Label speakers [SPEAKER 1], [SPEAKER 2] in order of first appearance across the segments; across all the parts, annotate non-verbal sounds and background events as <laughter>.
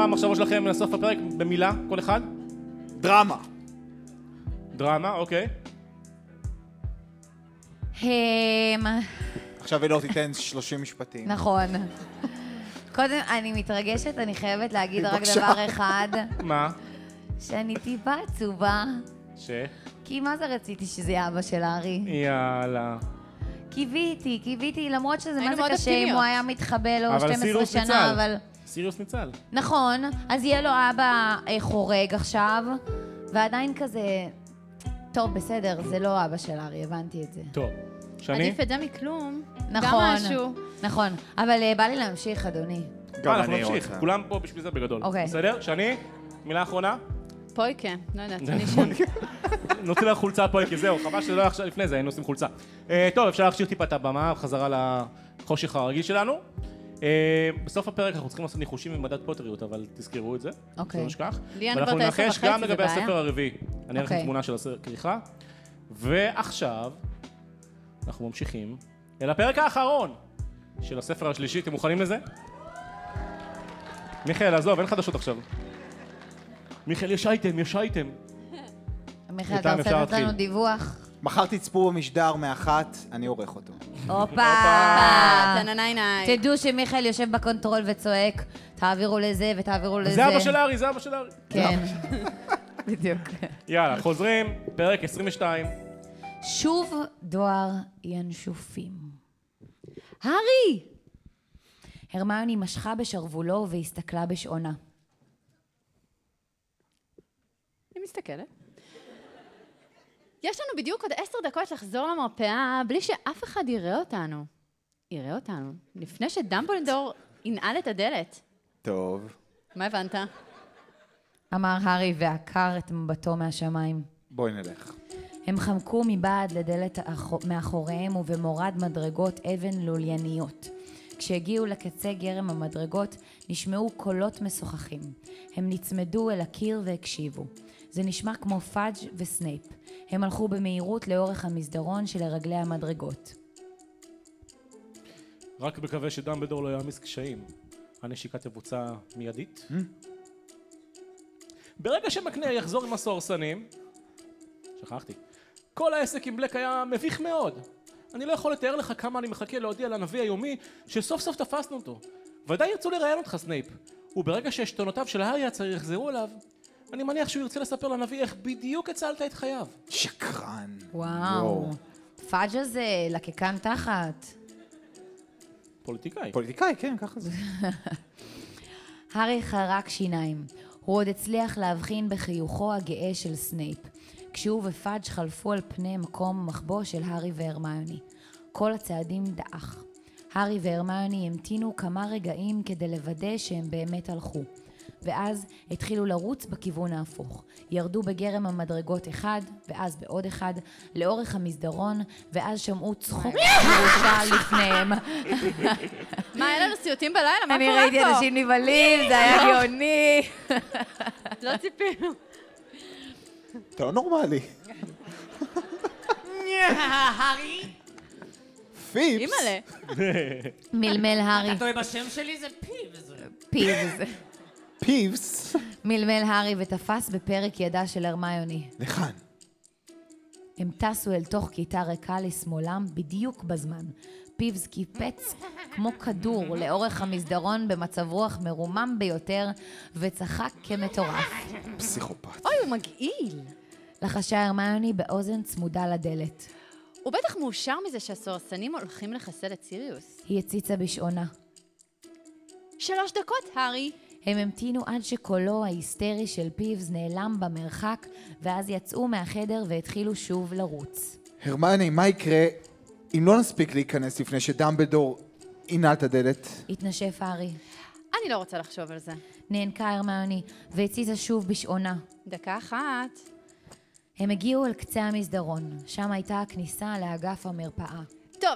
[SPEAKER 1] המחשבות שלכם לסוף הפרק במילה, כל אחד?
[SPEAKER 2] דרמה.
[SPEAKER 1] דרמה, אוקיי.
[SPEAKER 3] הם...
[SPEAKER 2] עכשיו אלאור תיתן 30 משפטים.
[SPEAKER 3] נכון. קודם, אני מתרגשת, אני חייבת להגיד רק
[SPEAKER 2] בבקשה.
[SPEAKER 3] דבר אחד,
[SPEAKER 1] מה?
[SPEAKER 3] שאני טיפה עצובה,
[SPEAKER 1] ש...
[SPEAKER 3] כי מה זה רציתי שזה יהיה אבא של ארי?
[SPEAKER 1] יאללה.
[SPEAKER 3] קיוויתי, קיוויתי, למרות שזה מה
[SPEAKER 4] היינו
[SPEAKER 3] זה
[SPEAKER 4] מאוד
[SPEAKER 3] קשה אם
[SPEAKER 4] אופטימיות.
[SPEAKER 3] הוא היה מתחבא לו
[SPEAKER 1] אבל
[SPEAKER 3] 12
[SPEAKER 1] סיריוס
[SPEAKER 3] לא, שנה,
[SPEAKER 1] ניצל.
[SPEAKER 3] אבל...
[SPEAKER 1] סיריוס ניצל.
[SPEAKER 3] נכון, אז יהיה לו אבא אה, חורג עכשיו, ועדיין כזה... טוב, בסדר, זה לא אבא של ארי, הבנתי את זה.
[SPEAKER 1] טוב. שני?
[SPEAKER 4] עדיף את זה מכלום. גם
[SPEAKER 3] נכון,
[SPEAKER 4] משהו.
[SPEAKER 3] נכון, אבל אה, בא לי להמשיך, אדוני.
[SPEAKER 1] אה, אנחנו נמשיך. כולם פה בשביל זה בגדול.
[SPEAKER 3] אוקיי.
[SPEAKER 1] בסדר? שני? מילה אחרונה?
[SPEAKER 4] פויקה, לא יודעת,
[SPEAKER 3] אה.
[SPEAKER 4] אני שם.
[SPEAKER 1] נוציא לך חולצה פה, כי זהו, חבל שזה לא היה עכשיו לפני זה, היינו עושים חולצה. אה, טוב, אפשר להכשיר טיפה את הבמה, חזרה לחושך הרגיל שלנו. אה, בסוף הפרק אנחנו צריכים לעשות ניחושים ממדד פוטריות, אבל תזכרו את זה.
[SPEAKER 3] אוקיי.
[SPEAKER 1] שלא נשכח.
[SPEAKER 4] לי אין
[SPEAKER 1] ואנחנו
[SPEAKER 4] כבר את העשר
[SPEAKER 1] ננחש גם
[SPEAKER 4] וחצי, זה
[SPEAKER 1] לגבי
[SPEAKER 4] בעיה.
[SPEAKER 1] הספר הרביעי. אני אראה לכם
[SPEAKER 3] אוקיי.
[SPEAKER 1] תמונה של הספר כריכה. ועכשיו, אנחנו ממשיכים אל הפרק האחרון של הספר השלישי. אתם מוכנים לזה? מיכאל, עזוב, אין חדשות עכשיו. מיכאל, יש אייטם, יש אייטם.
[SPEAKER 3] מיכאל, אתה
[SPEAKER 1] איתם אפשר
[SPEAKER 3] רוצה לתת לנו
[SPEAKER 1] להתחיל.
[SPEAKER 3] דיווח?
[SPEAKER 2] מחר תצפו במשדר מאחת, אני עורך אותו.
[SPEAKER 3] הופה!
[SPEAKER 4] טננייניי. <laughs>
[SPEAKER 3] תדעו שמיכאל יושב בקונטרול וצועק, תעבירו לזה ותעבירו לזה.
[SPEAKER 1] זה אבא של הארי, זה אבא של הארי.
[SPEAKER 3] כן. בדיוק.
[SPEAKER 1] יאללה, חוזרים, פרק 22.
[SPEAKER 3] שוב דואר ינשופים. הארי! הרמיוני משכה בשרוולו והסתכלה בשעונה.
[SPEAKER 4] אני מסתכלת. יש לנו בדיוק עוד עשר דקות לחזור למרפאה בלי שאף אחד יראה אותנו. יראה אותנו. לפני שדמבלדור ינעל את הדלת.
[SPEAKER 2] טוב.
[SPEAKER 4] מה הבנת?
[SPEAKER 3] אמר הארי ועקר את מבטו מהשמיים.
[SPEAKER 2] בואי נלך.
[SPEAKER 3] הם חמקו מבעד לדלת האחו- מאחוריהם ובמורד מדרגות אבן לולייניות. כשהגיעו לקצה גרם המדרגות, נשמעו קולות משוחחים. הם נצמדו אל הקיר והקשיבו. זה נשמע כמו פאג' וסנייפ. הם הלכו במהירות לאורך המסדרון שלרגלי המדרגות.
[SPEAKER 1] רק מקווה שדמבלדור לא יעמיס קשיים. הנשיקה תבוצע מיידית. ברגע שמקנר יחזור עם הסוהרסנים, שכחתי, כל העסק עם בלק היה מביך מאוד. אני לא יכול לתאר לך כמה אני מחכה להודיע לנביא היומי שסוף סוף תפסנו אותו. ודאי ירצו לראיין אותך, סנייפ. וברגע שעשתונותיו של הארי הצעיר יחזרו אליו, אני מניח שהוא ירצה לספר לנביא איך בדיוק הצלת את חייו.
[SPEAKER 2] שקרן.
[SPEAKER 3] וואו. פאג' הזה, לקקן תחת.
[SPEAKER 1] פוליטיקאי.
[SPEAKER 2] פוליטיקאי, כן, ככה זה.
[SPEAKER 3] הארי חרק שיניים. הוא עוד הצליח להבחין בחיוכו הגאה של סנייפ, כשהוא ופאג' חלפו על פני מקום המחבוא של הארי והרמיוני. כל הצעדים דעך. הארי והרמיוני המתינו כמה רגעים כדי לוודא שהם באמת הלכו. ואז התחילו לרוץ בכיוון ההפוך. ירדו בגרם המדרגות אחד, ואז בעוד אחד, לאורך המסדרון, ואז שמעו <laughs> צחוק מרושע לפניהם.
[SPEAKER 4] מה, אין לנו סיוטים בלילה? מה
[SPEAKER 3] אני
[SPEAKER 4] קורה
[SPEAKER 3] ראיתי
[SPEAKER 4] פה?
[SPEAKER 3] אנשים נבהלים, זה היה גאוני.
[SPEAKER 4] <laughs> לא ציפינו.
[SPEAKER 2] <laughs> אתה לא נורמלי. פיפס.
[SPEAKER 4] אימא'לה.
[SPEAKER 3] מלמל הארי
[SPEAKER 5] אתה טועה בשם שלי זה פיבס.
[SPEAKER 3] פיבס.
[SPEAKER 2] פיפס.
[SPEAKER 3] מלמל הארי ותפס בפרק ידה של הרמיוני.
[SPEAKER 2] לכאן.
[SPEAKER 3] הם טסו אל תוך כיתה ריקה לשמאלם בדיוק בזמן. פיבס קיפץ כמו כדור לאורך המסדרון במצב רוח מרומם ביותר, וצחק כמטורף.
[SPEAKER 2] פסיכופת.
[SPEAKER 4] אוי, הוא מגעיל.
[SPEAKER 3] לחשה הרמיוני באוזן צמודה לדלת.
[SPEAKER 4] הוא בטח מאושר מזה שהסוהרסנים הולכים לחסל את סיריוס.
[SPEAKER 3] היא הציצה בשעונה.
[SPEAKER 4] שלוש דקות, הארי.
[SPEAKER 3] הם המתינו עד שקולו ההיסטרי של פיבס נעלם במרחק, ואז יצאו מהחדר והתחילו שוב לרוץ.
[SPEAKER 2] הרמני, מה יקרה אם לא נספיק להיכנס לפני שדמבלדור ינעל את הדלת?
[SPEAKER 3] התנשף הארי.
[SPEAKER 4] אני לא רוצה לחשוב על זה.
[SPEAKER 3] נאנקה הרמיוני, והציצה שוב בשעונה.
[SPEAKER 4] דקה אחת.
[SPEAKER 3] הם הגיעו אל קצה המסדרון, שם הייתה הכניסה לאגף המרפאה.
[SPEAKER 4] טוב,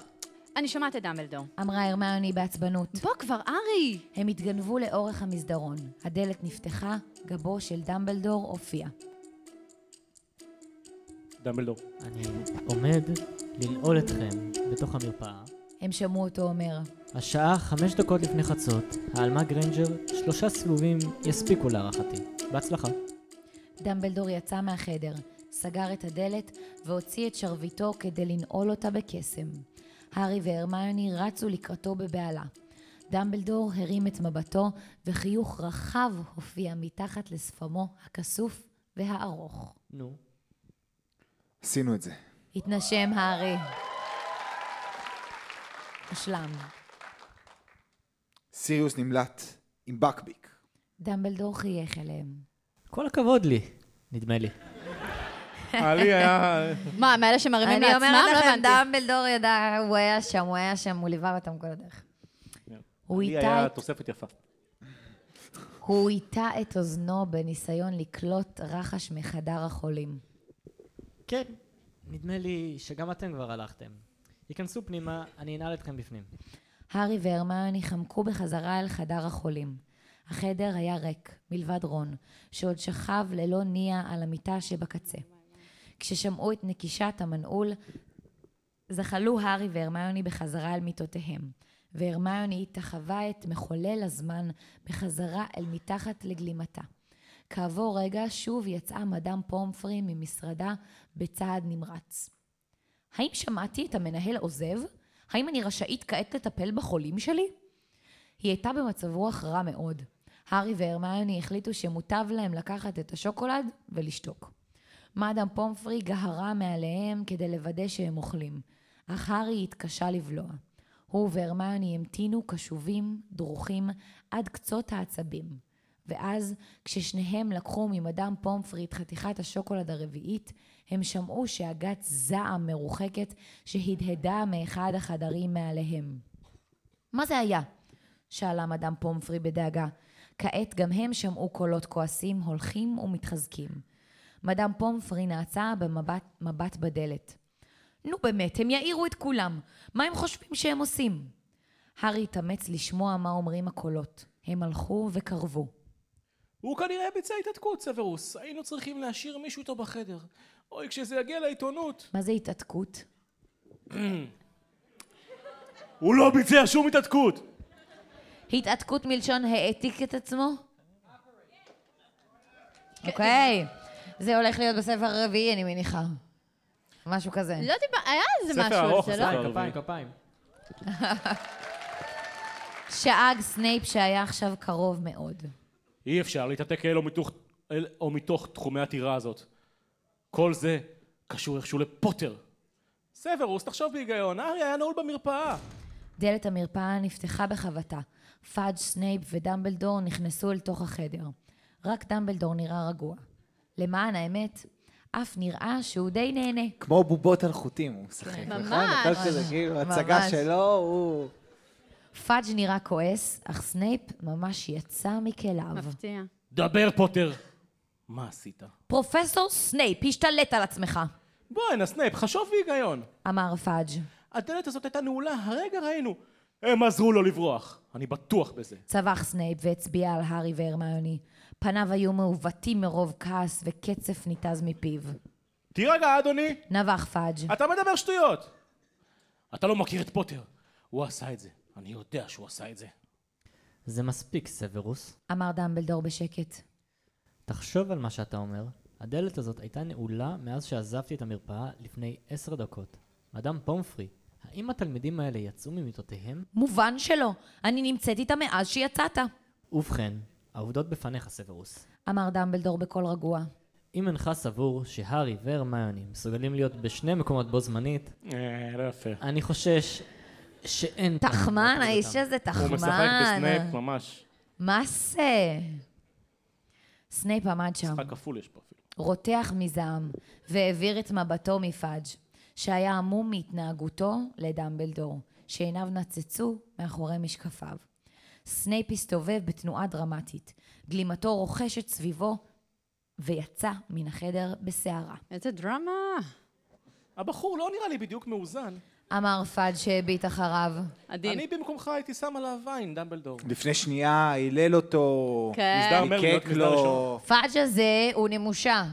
[SPEAKER 4] אני שומעת את דמבלדור.
[SPEAKER 3] אמרה הרמיוני בעצבנות.
[SPEAKER 4] בוא כבר, ארי!
[SPEAKER 3] הם התגנבו לאורך המסדרון. הדלת נפתחה, גבו של דמבלדור הופיע.
[SPEAKER 1] דמבלדור.
[SPEAKER 5] אני עומד לנעול אתכם בתוך המרפאה.
[SPEAKER 3] הם שמעו אותו אומר,
[SPEAKER 6] השעה חמש דקות לפני חצות, העלמה גריינג'ר, שלושה סיבובים יספיקו להערכתי. בהצלחה.
[SPEAKER 3] דמבלדור יצא מהחדר, סגר את הדלת והוציא את שרביטו כדי לנעול אותה בקסם. הארי והרמיוני רצו לקראתו בבהלה. דמבלדור הרים את מבטו, וחיוך רחב הופיע מתחת לשפמו הכסוף והארוך.
[SPEAKER 6] נו.
[SPEAKER 2] עשינו את זה.
[SPEAKER 3] התנשם הארי. השלם.
[SPEAKER 2] סיריוס נמלט עם בקביק.
[SPEAKER 3] דמבלדור חייך אליהם.
[SPEAKER 6] כל הכבוד לי, נדמה לי.
[SPEAKER 1] עלי היה...
[SPEAKER 4] מה, מאלה שמרימים לעצמם? לא הבנתי.
[SPEAKER 3] דמבלדור ידע, הוא היה שם, הוא היה שם, הוא ליווה אותם כל הדרך. הוא
[SPEAKER 1] כן. לי
[SPEAKER 3] איתה
[SPEAKER 1] היה
[SPEAKER 3] את
[SPEAKER 1] תוספת יפה.
[SPEAKER 3] הוא הטה את אוזנו בניסיון לקלוט רחש מחדר החולים.
[SPEAKER 6] כן, נדמה לי שגם אתם כבר הלכתם. היכנסו פנימה, אני אנעל אתכם בפנים.
[SPEAKER 3] הארי והרמיוני חמקו בחזרה אל חדר החולים. החדר היה ריק, מלבד רון, שעוד שכב ללא ניע על המיטה שבקצה. כששמעו את נקישת המנעול, זחלו הארי והרמיוני בחזרה אל מיטותיהם, והרמיוני התחווה את מחולל הזמן בחזרה אל מתחת לגלימתה. כעבור רגע שוב יצאה מאדם פומפרי ממשרדה בצעד נמרץ. האם שמעתי את המנהל עוזב? האם אני רשאית כעת לטפל בחולים שלי? היא הייתה במצב רוח רע מאוד. הארי והרמיוני החליטו שמוטב להם לקחת את השוקולד ולשתוק. מאדם פומפרי גהרה מעליהם כדי לוודא שהם אוכלים, אך הארי התקשה לבלוע. הוא והרמיוני המתינו קשובים, דרוכים, עד קצות העצבים. ואז, כששניהם לקחו ממאדם פומפרי את חתיכת השוקולד הרביעית, הם שמעו שאגת זעם מרוחקת שהדהדה מאחד החדרים מעליהם. מה זה היה? שאלה מאדם פומפרי בדאגה. כעת גם הם שמעו קולות כועסים הולכים ומתחזקים. מאדם פומפרי נעצה במבט מבט בדלת. נו באמת, הם יעירו את כולם. מה הם חושבים שהם עושים? הארי התאמץ לשמוע מה אומרים הקולות. הם הלכו וקרבו.
[SPEAKER 1] הוא כנראה ביצע התעתקות, סוורוס. היינו צריכים להשאיר מישהו איתו בחדר. אוי, כשזה יגיע לעיתונות...
[SPEAKER 3] מה זה התעתקות?
[SPEAKER 1] הוא לא ביצע שום התעתקות!
[SPEAKER 3] התעתקות מלשון העתיק את עצמו? אוקיי. זה הולך להיות בספר הרביעי, אני מניחה. משהו כזה.
[SPEAKER 4] לא דיבר, היה איזה
[SPEAKER 1] ספר
[SPEAKER 4] משהו
[SPEAKER 1] ארוך,
[SPEAKER 4] על זה, לא?
[SPEAKER 1] הספר.
[SPEAKER 6] כפיים, כפיים.
[SPEAKER 3] שאג סנייפ שהיה עכשיו קרוב מאוד.
[SPEAKER 1] אי אפשר להתעתק אל או מתוך, אל או מתוך תחומי הטירה הזאת. כל זה קשור איכשהו לפוטר. סוורוס, תחשוב בהיגיון, הארי היה נעול במרפאה.
[SPEAKER 3] דלת המרפאה נפתחה בחבטה. פאג', סנייפ ודמבלדור נכנסו אל תוך החדר. רק דמבלדור נראה רגוע. למען האמת, אף נראה שהוא די נהנה.
[SPEAKER 7] כמו בובות על חוטים, הוא משחק.
[SPEAKER 3] כן.
[SPEAKER 7] נכון? הכל
[SPEAKER 4] ממש.
[SPEAKER 7] כזה, כאילו, הצגה שלו, הוא...
[SPEAKER 3] פאג' נראה כועס, אך סנייפ ממש יצא מכליו.
[SPEAKER 4] מפתיע.
[SPEAKER 1] דבר, פוטר! מה עשית?
[SPEAKER 3] פרופסור סנייפ, השתלט על עצמך!
[SPEAKER 1] בואי, הנה, סנייפ, חשוב בהיגיון.
[SPEAKER 3] אמר פאג'.
[SPEAKER 1] הדלת הזאת הייתה נעולה, הרגע ראינו. הם עזרו לו לברוח. אני בטוח בזה.
[SPEAKER 3] צבח סנייפ והצביע על הארי והרמיוני. פניו היו מעוותים מרוב כעס וקצף ניתז מפיו.
[SPEAKER 1] תירגע, אדוני,
[SPEAKER 3] נבח פאג'.
[SPEAKER 1] אתה מדבר שטויות. אתה לא מכיר את פוטר. הוא עשה את זה. אני יודע שהוא עשה את זה.
[SPEAKER 6] זה מספיק, סוורוס.
[SPEAKER 3] אמר דמבלדור בשקט.
[SPEAKER 6] תחשוב על מה שאתה אומר. הדלת הזאת הייתה נעולה מאז שעזבתי את המרפאה לפני עשר דקות. מאדם פומפרי, האם התלמידים האלה יצאו ממיטותיהם?
[SPEAKER 3] מובן שלא. אני נמצאת איתה מאז שיצאת.
[SPEAKER 6] ובכן, העובדות בפניך, סוורוס.
[SPEAKER 3] אמר דמבלדור בקול רגוע.
[SPEAKER 6] אם אינך סבור שהארי והרמיוני מסוגלים להיות בשני מקומות בו זמנית,
[SPEAKER 1] אה, לא יפה.
[SPEAKER 6] אני חושש שאין... טעם
[SPEAKER 3] תחמן,
[SPEAKER 6] להטריד
[SPEAKER 3] האיש
[SPEAKER 6] אותם.
[SPEAKER 3] הזה תחמן.
[SPEAKER 1] הוא משחק בסנייפ ממש.
[SPEAKER 3] מה זה? סנייפ עמד שם,
[SPEAKER 1] משחק כפול יש פה אפילו.
[SPEAKER 3] רותח מזעם, והעביר את מבטו מפאג', שהיה המום מהתנהגותו לדמבלדור, שעיניו נצצו מאחורי משקפיו. סנייפ הסתובב בתנועה דרמטית, גלימתו רוכשת סביבו, ויצא מן החדר בסערה.
[SPEAKER 4] איזה דרמה.
[SPEAKER 1] הבחור לא נראה לי בדיוק מאוזן.
[SPEAKER 3] אמר פאג' שהביט אחריו.
[SPEAKER 4] עדין.
[SPEAKER 1] אני במקומך הייתי שם עליו עין, דמבלדור.
[SPEAKER 2] לפני שנייה הילל אותו,
[SPEAKER 4] כן.
[SPEAKER 1] מסדר מרלוט,
[SPEAKER 2] חיקק
[SPEAKER 1] מסדר ראשון.
[SPEAKER 2] לו.
[SPEAKER 3] הפאג' הזה הוא נמושה,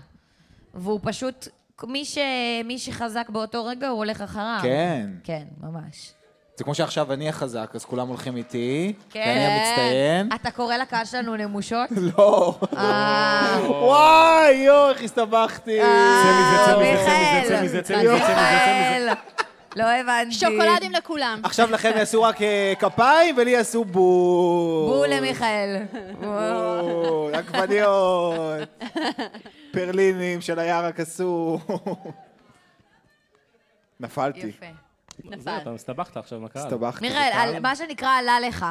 [SPEAKER 3] והוא פשוט, אה. מי, ש... מי שחזק באותו רגע הוא הולך אחריו.
[SPEAKER 2] כן.
[SPEAKER 3] כן, ממש.
[SPEAKER 2] זה כמו שעכשיו אני החזק, אז כולם הולכים איתי,
[SPEAKER 3] כן.
[SPEAKER 2] ואני המצטיין.
[SPEAKER 3] אתה קורא לקהל שלנו נמושות?
[SPEAKER 2] לא.
[SPEAKER 3] אה,
[SPEAKER 2] וואי, יואו, איך הסתבכתי.
[SPEAKER 1] צא מזה, צא
[SPEAKER 3] מיכאל.
[SPEAKER 1] מזה, צא מזה, צא מזה, צא מזה, צא מזה, צא מזה.
[SPEAKER 3] מיכאל. לא הבנתי.
[SPEAKER 4] שוקולדים לכולם.
[SPEAKER 2] עכשיו לכם יעשו רק אה, כפיים, ולי יעשו בול.
[SPEAKER 3] בול למיכאל. בול.
[SPEAKER 2] בול,
[SPEAKER 3] <laughs>
[SPEAKER 2] עגבניות, פרלינים של היער הקסום. נפלתי,
[SPEAKER 3] יפה.
[SPEAKER 1] זה,
[SPEAKER 4] נכון.
[SPEAKER 1] אתה הסתבכת עכשיו עם הקהל.
[SPEAKER 2] הסתבכתי.
[SPEAKER 3] מיכאל, על- מה שנקרא עלה לך.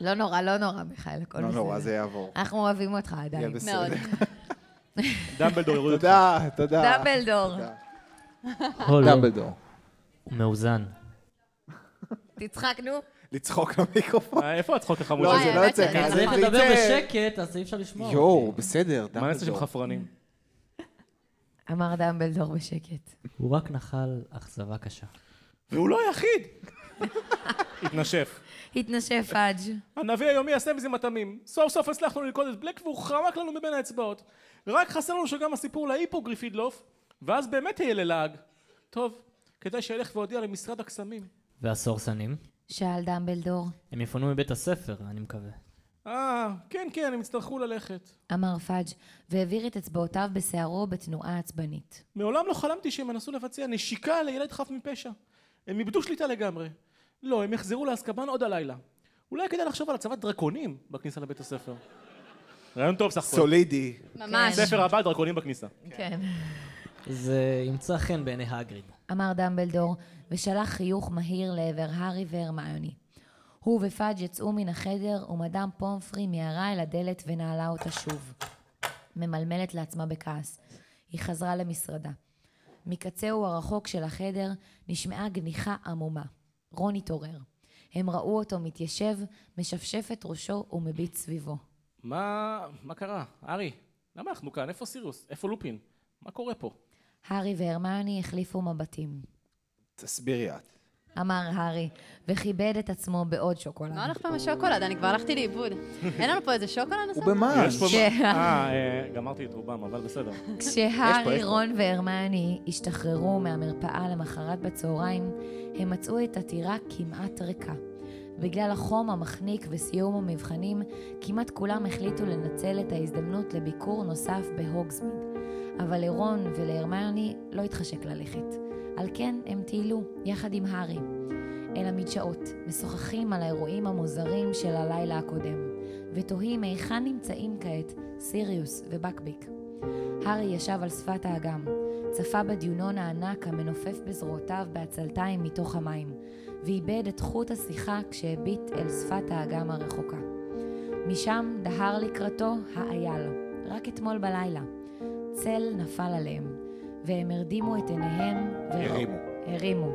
[SPEAKER 3] לא נורא, לא נורא, מיכאל, הכל
[SPEAKER 2] לא
[SPEAKER 3] בסדר.
[SPEAKER 2] נורא, זה יעבור.
[SPEAKER 3] אנחנו אוהבים אותך
[SPEAKER 2] יהיה
[SPEAKER 3] עדיין.
[SPEAKER 4] מאוד.
[SPEAKER 2] בסדר. <laughs>
[SPEAKER 1] כן. דמבלדור יוריד אותך.
[SPEAKER 2] תודה, תודה.
[SPEAKER 3] דמבלדור,
[SPEAKER 6] הולו,
[SPEAKER 2] דמבלדור.
[SPEAKER 6] הוא מאוזן.
[SPEAKER 3] תצחק, נו.
[SPEAKER 2] לצחוק למיקרופון.
[SPEAKER 1] אה, איפה הצחוק החמוד
[SPEAKER 2] לא,
[SPEAKER 4] וואי,
[SPEAKER 1] הזה?
[SPEAKER 2] זה לא
[SPEAKER 4] האמת
[SPEAKER 2] יוצא
[SPEAKER 4] שאני
[SPEAKER 2] ככה. זה
[SPEAKER 6] צריך
[SPEAKER 4] צריך
[SPEAKER 6] לדבר
[SPEAKER 2] יוצא.
[SPEAKER 6] בשקט, אז אי אפשר לשמוע.
[SPEAKER 2] יואו, בסדר,
[SPEAKER 1] מה נעשה שהם
[SPEAKER 2] דמבלדור.
[SPEAKER 1] חפרנים?
[SPEAKER 3] אמר דמבלדור בשקט.
[SPEAKER 6] הוא רק נחל אכזבה קשה.
[SPEAKER 1] והוא לא היחיד.
[SPEAKER 2] <laughs>
[SPEAKER 1] התנשף.
[SPEAKER 3] התנשף פאג'.
[SPEAKER 1] הנביא היומי יעשה מזה מטעמים. סוף סוף הצלחנו ללכוד את בלק והוא חמק לנו מבין האצבעות. רק חסר לנו שגם הסיפור להיפוגריף ידלוף, ואז באמת יהיה ללעג. טוב, כדאי שילך ואודיע למשרד הקסמים.
[SPEAKER 6] והסורסנים?
[SPEAKER 3] שאל דמבלדור.
[SPEAKER 6] הם יפונו מבית הספר, אני מקווה.
[SPEAKER 1] אה, כן, כן, הם יצטרכו ללכת.
[SPEAKER 3] אמר פאג' והעביר את אצבעותיו בשערו בתנועה עצבנית.
[SPEAKER 1] מעולם לא חלמתי שהם ינסו לבצע נשיקה לילד חף מפשע. הם איבדו שליטה לגמרי. לא, הם יחזרו לאזקבאן עוד הלילה. אולי כדאי לחשוב על הצבת דרקונים בכניסה לבית הספר. רעיון טוב סך הכול.
[SPEAKER 2] סולידי.
[SPEAKER 4] ממש.
[SPEAKER 1] ספר הבא, דרקונים בכניסה.
[SPEAKER 3] כן.
[SPEAKER 6] זה ימצא חן בעיני הגריד.
[SPEAKER 3] אמר דמבלדור, ושלח חיוך מהיר לעבר הארי והרמיוני. הוא ופאג' יצאו מן החדר, ומדאם פומפרי מיהרה אל הדלת ונעלה אותה שוב. ממלמלת לעצמה בכעס. היא חזרה למשרדה. מקצהו הרחוק של החדר נשמעה גניחה עמומה. רון התעורר. הם ראו אותו מתיישב, משפשף את ראשו ומביט סביבו.
[SPEAKER 1] מה... מה קרה? ארי, למה אנחנו כאן? איפה סירוס? איפה לופין? מה קורה פה?
[SPEAKER 3] הארי והרמיוני החליפו מבטים.
[SPEAKER 2] תסבירי את.
[SPEAKER 3] אמר הארי, וכיבד את עצמו בעוד שוקולד.
[SPEAKER 4] מה הולך פעם השוקולד? אני כבר
[SPEAKER 1] <laughs>
[SPEAKER 4] הלכתי לאיבוד. אין לנו פה איזה שוקולד נוסף?
[SPEAKER 2] הוא במה?
[SPEAKER 1] יש פה...
[SPEAKER 3] ש-
[SPEAKER 1] אה, אה, גמרתי את רובם, אבל בסדר.
[SPEAKER 3] כשהארי, רון והרמני השתחררו מהמרפאה למחרת בצהריים, הם מצאו את הטירה כמעט ריקה. בגלל החום המחניק וסיום המבחנים, כמעט כולם החליטו לנצל את ההזדמנות לביקור נוסף בהוגסמיד. אבל לרון ולהרמיוני לא התחשק ללכת. על כן הם טיילו, יחד עם הארי, אל המדשאות, משוחחים על האירועים המוזרים של הלילה הקודם, ותוהים היכן נמצאים כעת סיריוס ובקביק. הארי ישב על שפת האגם, צפה בדיונון הענק המנופף בזרועותיו בעצלתיים מתוך המים, ואיבד את חוט השיחה כשהביט אל שפת האגם הרחוקה. משם דהר לקראתו האייל, רק אתמול בלילה. צל נפל עליהם, והם הרדימו את עיניהם וראו...
[SPEAKER 2] הרימו.
[SPEAKER 3] הרימו.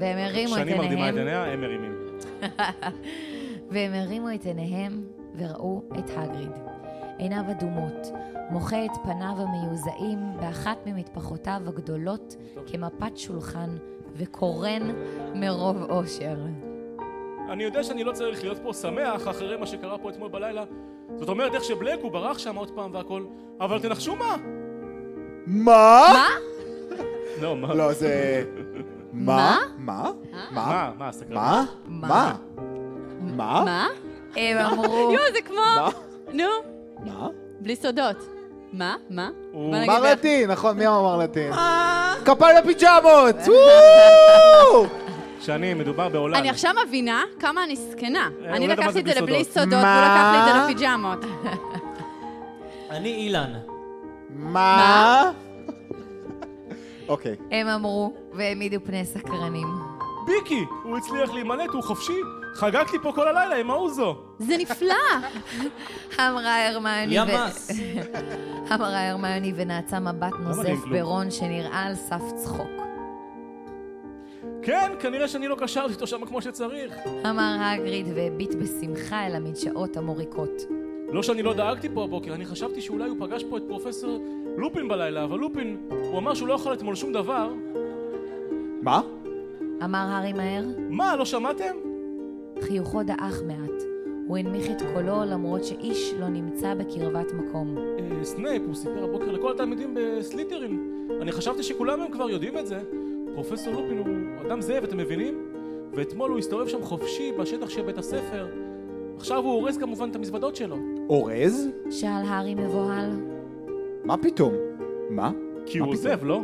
[SPEAKER 3] והם הרימו את
[SPEAKER 1] שאני מרדימה את עיניה,
[SPEAKER 3] עיניהם,
[SPEAKER 1] הם מרימים.
[SPEAKER 3] והם הרימו את עיניהם וראו את הגריד. עיניו אדומות, מוחה את פניו המיוזעים באחת ממטפחותיו הגדולות כמפת שולחן וקורן מרוב אושר.
[SPEAKER 1] אני יודע שאני לא צריך להיות פה שמח אחרי מה שקרה פה אתמול בלילה. זאת אומרת, איך שבלק הוא ברח שם עוד פעם והכל, אבל תנחשו מה?
[SPEAKER 2] מה?
[SPEAKER 1] לא, מה?
[SPEAKER 2] לא, זה... מה? מה? מה?
[SPEAKER 1] מה? מה? סקרן?
[SPEAKER 2] מה?
[SPEAKER 3] מה?
[SPEAKER 2] מה? מה?
[SPEAKER 4] מה?
[SPEAKER 3] הם אמרו,
[SPEAKER 4] יואו, לא, זה כמו...
[SPEAKER 2] מה?
[SPEAKER 4] נו,
[SPEAKER 2] מה?
[SPEAKER 4] בלי סודות. מה? מה?
[SPEAKER 1] הוא-
[SPEAKER 4] בוא נגיד ביחד.
[SPEAKER 2] מרלטין, נכון, מי אמר מרלטין? כפיים לפיג'מות! <laughs> וואו!
[SPEAKER 1] שאני, מדובר בעולם.
[SPEAKER 4] אני עכשיו מבינה כמה אני זקנה.
[SPEAKER 1] אה,
[SPEAKER 4] אני
[SPEAKER 1] הוא לא יודע מה זה
[SPEAKER 4] לקחתי את זה
[SPEAKER 1] בלי
[SPEAKER 4] לבלי
[SPEAKER 1] סודות.
[SPEAKER 4] סודות, והוא
[SPEAKER 2] מה?
[SPEAKER 4] לקח לי את זה לפיג'מות.
[SPEAKER 6] אני אילן.
[SPEAKER 2] מה? <laughs> אוקיי.
[SPEAKER 3] הם אמרו, והעמידו פני סקרנים.
[SPEAKER 1] ביקי! הוא הצליח להימלט, הוא חופשי. חגגתי פה כל הלילה עם האוזו.
[SPEAKER 4] זה נפלא!
[SPEAKER 3] אמרה הרמיוני, ו-
[SPEAKER 6] ימאס.
[SPEAKER 3] אמרה הרמיוני ונעצה מבט
[SPEAKER 1] אני עם
[SPEAKER 3] נוזף
[SPEAKER 1] כלום?
[SPEAKER 3] ברון שנראה על סף צחוק.
[SPEAKER 1] כן, כנראה שאני לא קשרתי אותו שם כמו שצריך.
[SPEAKER 3] אמר הגריד והביט בשמחה אל המדשאות המוריקות.
[SPEAKER 1] לא שאני לא דאגתי פה הבוקר, אני חשבתי שאולי הוא פגש פה את פרופסור לופין בלילה, אבל לופין, הוא אמר שהוא לא אכל אתמול שום דבר.
[SPEAKER 2] מה?
[SPEAKER 3] אמר הארי מהר,
[SPEAKER 1] מה, לא שמעתם?
[SPEAKER 3] חיוכו דעך מעט. הוא הנמיך את קולו למרות שאיש לא נמצא בקרבת מקום.
[SPEAKER 1] אה, סנייפ, הוא סיפר הבוקר לכל התלמידים בסליטרין. אני חשבתי שכולם הם כבר יודעים את זה. פרופסור לופין הוא אדם זאב, אתם מבינים? ואתמול הוא הסתובב שם חופשי בשטח של בית הספר. עכשיו הוא אורז כמובן את המזוודות שלו.
[SPEAKER 2] אורז?
[SPEAKER 3] שאל הארי מבוהל.
[SPEAKER 2] מה פתאום? מה?
[SPEAKER 1] כי הוא
[SPEAKER 2] מה פתאום?
[SPEAKER 1] עוזב, לא?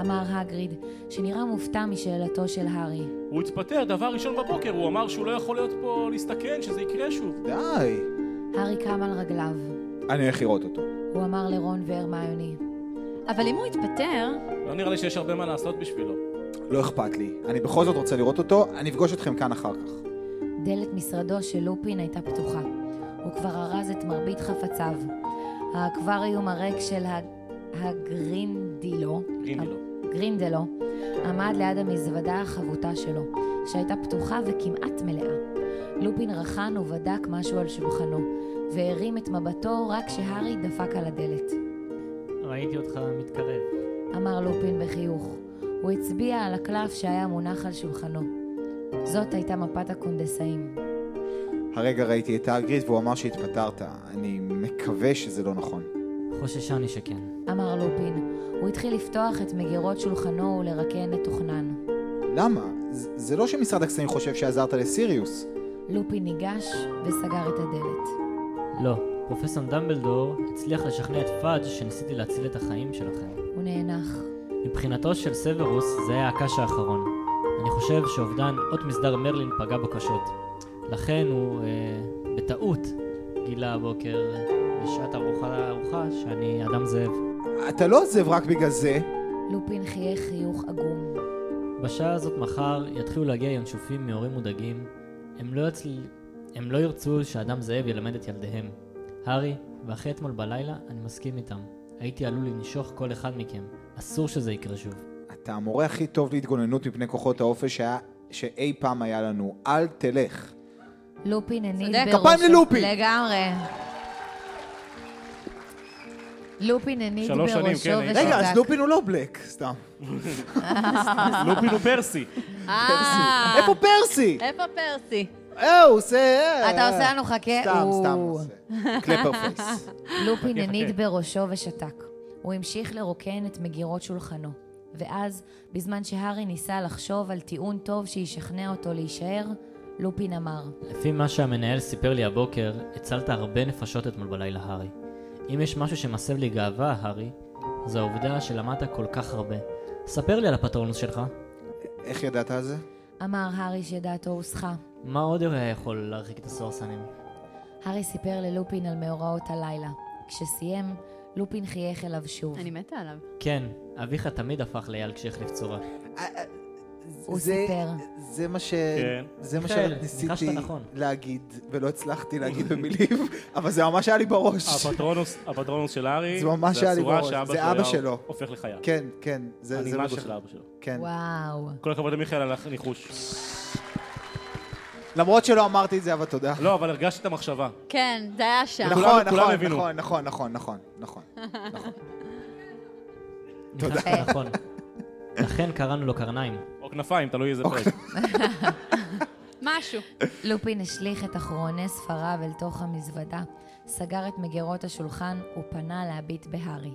[SPEAKER 3] אמר הגריד, שנראה מופתע משאלתו של הארי.
[SPEAKER 1] הוא התפטר דבר ראשון בבוקר, הוא אמר שהוא לא יכול להיות פה להסתכן, שזה יקרה שוב.
[SPEAKER 2] די.
[SPEAKER 3] הארי קם על רגליו.
[SPEAKER 2] אני הולך לראות אותו.
[SPEAKER 3] הוא אמר לרון והרמיוני.
[SPEAKER 4] אבל אם הוא התפטר,
[SPEAKER 1] לא נראה לי שיש הרבה מה לעשות בשבילו.
[SPEAKER 2] לא אכפת לי. אני בכל זאת רוצה לראות אותו, אני אפגוש אתכם כאן אחר כך.
[SPEAKER 3] דלת משרדו של לופין הייתה פתוחה. הוא כבר ארז את מרבית חפציו. האקווריום הריק של ה- הגרינדילו,
[SPEAKER 1] גרינדלו.
[SPEAKER 3] גרינדלו, עמד ליד המזוודה החבוטה שלו, שהייתה פתוחה וכמעט מלאה. לופין רחן ובדק משהו על שולחנו, והרים את מבטו רק כשהארי דפק על הדלת.
[SPEAKER 6] ראיתי אותך מתקרב.
[SPEAKER 3] אמר לופין בחיוך. הוא הצביע על הקלף שהיה מונח על שולחנו. זאת הייתה מפת הקונדסאים.
[SPEAKER 2] הרגע ראיתי את האגריד והוא אמר שהתפטרת. אני מקווה שזה לא נכון.
[SPEAKER 6] חוששני שכן.
[SPEAKER 3] אמר לופין. הוא התחיל לפתוח את מגירות שולחנו ולרקן את תוכנן.
[SPEAKER 2] למה? ז- זה לא שמשרד הקסמים חושב שעזרת לסיריוס.
[SPEAKER 3] לופין ניגש וסגר את הדלת.
[SPEAKER 6] לא, פרופסור דמבלדור הצליח לשכנע את פאג' שניסיתי להציל את החיים שלכם.
[SPEAKER 3] הוא נאנח.
[SPEAKER 6] מבחינתו של סוורוס זה היה הקש האחרון. אני חושב שאובדן אות מסדר מרלין פגע בו קשות. לכן הוא, אה, בטעות, גילה הבוקר בשעת ארוחה ארוחה שאני אדם זאב.
[SPEAKER 2] אתה לא עוזב רק בגלל זה.
[SPEAKER 3] לופין חייך חיוך עגום.
[SPEAKER 6] בשעה הזאת מחר יתחילו להגיע ינשופים מהורים מודאגים. הם לא, יצל... הם לא ירצו שאדם זאב ילמד את ילדיהם. הארי, ואחרי אתמול בלילה, אני מסכים איתם. הייתי עלול לנשוך כל אחד מכם. אסור שזה יקרה שוב.
[SPEAKER 2] אתה המורה הכי טוב להתגוננות מפני כוחות האופל שהיה- שאי פעם היה לנו. אל תלך.
[SPEAKER 3] לופין הניד
[SPEAKER 4] צודק.
[SPEAKER 3] בראשו.
[SPEAKER 2] כפיים ללופין.
[SPEAKER 3] לגמרי. לופין הניד
[SPEAKER 1] שלוש
[SPEAKER 3] בראשו
[SPEAKER 1] שנים, כן, הייתי.
[SPEAKER 3] ושתק.
[SPEAKER 2] רגע, אז לופין הוא לא בלק, סתם.
[SPEAKER 1] לופין הוא פרסי.
[SPEAKER 4] אה,
[SPEAKER 2] איפה פרסי?
[SPEAKER 4] איפה פרסי?
[SPEAKER 2] אה, הוא עושה... אה,
[SPEAKER 3] אתה
[SPEAKER 2] אה.
[SPEAKER 3] עושה לנו אה, חכה?
[SPEAKER 2] סתם,
[SPEAKER 3] הוא-
[SPEAKER 2] סתם עושה. קלפר פייס.
[SPEAKER 3] לופין הניד
[SPEAKER 1] חכה.
[SPEAKER 3] בראשו ושתק. הוא המשיך לרוקן את מגירות שולחנו. ואז, בזמן שהארי ניסה לחשוב על טיעון טוב שישכנע אותו להישאר, לופין אמר,
[SPEAKER 6] לפי מה שהמנהל סיפר לי הבוקר, הצלת הרבה נפשות אתמול בלילה, הארי. אם יש משהו שמסב לי גאווה, הארי, זו העובדה שלמדת כל כך הרבה. ספר לי על הפטרונוס שלך.
[SPEAKER 2] איך ידעת על זה?
[SPEAKER 3] אמר הארי שדעתו הוסחה.
[SPEAKER 6] מה עוד הוא היה יכול להרחיק את הסוהרסנים?
[SPEAKER 3] הארי סיפר ללופין על מאורעות הלילה. כשסיים, לופין חייך אליו שוב.
[SPEAKER 4] אני מתה עליו.
[SPEAKER 6] כן, אביך תמיד הפך לאייל כשהחליף צורה.
[SPEAKER 3] הוא
[SPEAKER 2] זה-
[SPEAKER 3] סיפר.
[SPEAKER 2] זה מה ש...
[SPEAKER 1] כן.
[SPEAKER 2] זה מה
[SPEAKER 6] מיכאל, ניחשת
[SPEAKER 2] שניסיתי
[SPEAKER 6] נכון.
[SPEAKER 2] להגיד, ולא הצלחתי להגיד במילים, אבל זה ממש היה לי
[SPEAKER 1] אה,
[SPEAKER 2] בראש.
[SPEAKER 1] הפטרונוס, הפטרונוס של הארי,
[SPEAKER 2] זה ממש היה לי
[SPEAKER 1] הצורה
[SPEAKER 2] בראש,
[SPEAKER 1] שאבא
[SPEAKER 2] זה אבא
[SPEAKER 1] היה
[SPEAKER 2] שלו.
[SPEAKER 1] הופך לחיה.
[SPEAKER 2] כן, כן, זה זה
[SPEAKER 1] הנימה
[SPEAKER 2] מה
[SPEAKER 1] של
[SPEAKER 2] ש-
[SPEAKER 1] אבא שלו.
[SPEAKER 2] כן.
[SPEAKER 3] וואו.
[SPEAKER 1] כל הכבוד למיכאל על הניחוש.
[SPEAKER 2] למרות שלא אמרתי את זה, אבל תודה.
[SPEAKER 1] לא, אבל הרגשתי את המחשבה.
[SPEAKER 4] כן, זה היה שם.
[SPEAKER 2] נכון,
[SPEAKER 1] כולם- כולם
[SPEAKER 2] נכון,
[SPEAKER 1] הבינו.
[SPEAKER 2] נכון, נכון, נכון, נכון, נכון.
[SPEAKER 6] תודה. נכון. לכן קראנו לו קרניים.
[SPEAKER 1] או כנפיים, תלוי איזה
[SPEAKER 2] אוקיי.
[SPEAKER 1] פרק.
[SPEAKER 4] משהו.
[SPEAKER 3] לופין השליך את אחרוני ספריו אל תוך המזוודה, סגר את מגירות השולחן ופנה להביט בהארי.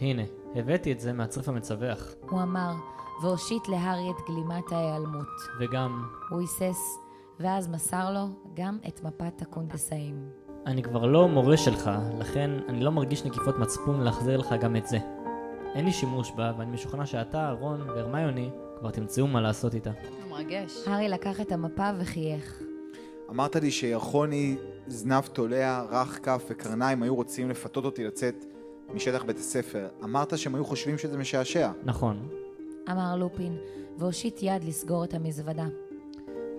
[SPEAKER 6] הנה, הבאתי את זה מהצריף המצווח.
[SPEAKER 3] הוא אמר, והושיט להארי את גלימת ההיעלמות.
[SPEAKER 6] וגם,
[SPEAKER 3] הוא היסס, ואז מסר לו גם את מפת הקונדסאים.
[SPEAKER 6] אני כבר לא מורה שלך, לכן אני לא מרגיש נקיפות מצפון להחזיר לך גם את זה. אין לי שימוש בה, ואני משוכנע שאתה, רון והרמיוני כבר תמצאו מה לעשות איתה.
[SPEAKER 4] מרגש.
[SPEAKER 3] הארי לקח את המפה וחייך.
[SPEAKER 2] אמרת לי שירחוני, זנב תולע, רך כף וקרניים היו רוצים לפתות אותי לצאת משטח בית הספר. אמרת שהם היו חושבים שזה משעשע.
[SPEAKER 6] נכון.
[SPEAKER 3] אמר לופין, והושיט יד לסגור את המזוודה.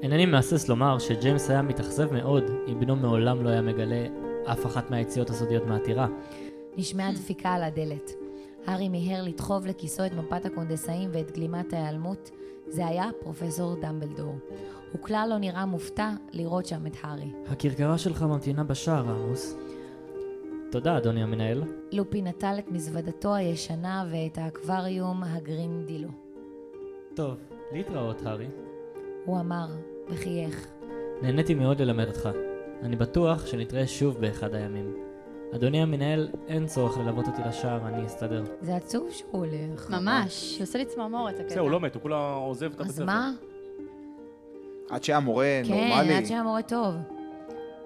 [SPEAKER 6] אינני מהסס לומר שג'יימס היה מתאכזב מאוד אם בנו מעולם לא היה מגלה אף אחת מהיציאות הסודיות מהטירה.
[SPEAKER 3] נשמעה דפיקה על הדלת. הארי מיהר לדחוב לכיסו את מפת הקונדסאים ואת גלימת ההיעלמות. זה היה פרופסור דמבלדור. הוא כלל לא נראה מופתע לראות שם את הארי.
[SPEAKER 6] הכרכרה שלך ממתינה בשער, עמוס. תודה, אדוני המנהל.
[SPEAKER 3] לופין נטל את מזוודתו הישנה ואת האקווריום הגרינדילו.
[SPEAKER 6] טוב, להתראות, הארי.
[SPEAKER 3] הוא אמר, וחייך.
[SPEAKER 6] נהניתי מאוד ללמד אותך. אני בטוח שנתראה שוב באחד הימים. אדוני המנהל, אין צורך ללוות אותי לשער, אני אסתדר.
[SPEAKER 3] זה עצוב שהוא הולך.
[SPEAKER 4] ממש. זה עושה לי צמרמורת, הקטע.
[SPEAKER 1] לא זהו, הוא לא מת, הוא כולה עוזב את הבית
[SPEAKER 3] אז
[SPEAKER 1] הספר.
[SPEAKER 3] מה?
[SPEAKER 2] עד שהיה מורה
[SPEAKER 3] כן, עד
[SPEAKER 2] נורמלי.
[SPEAKER 3] שהיה מורה טוב.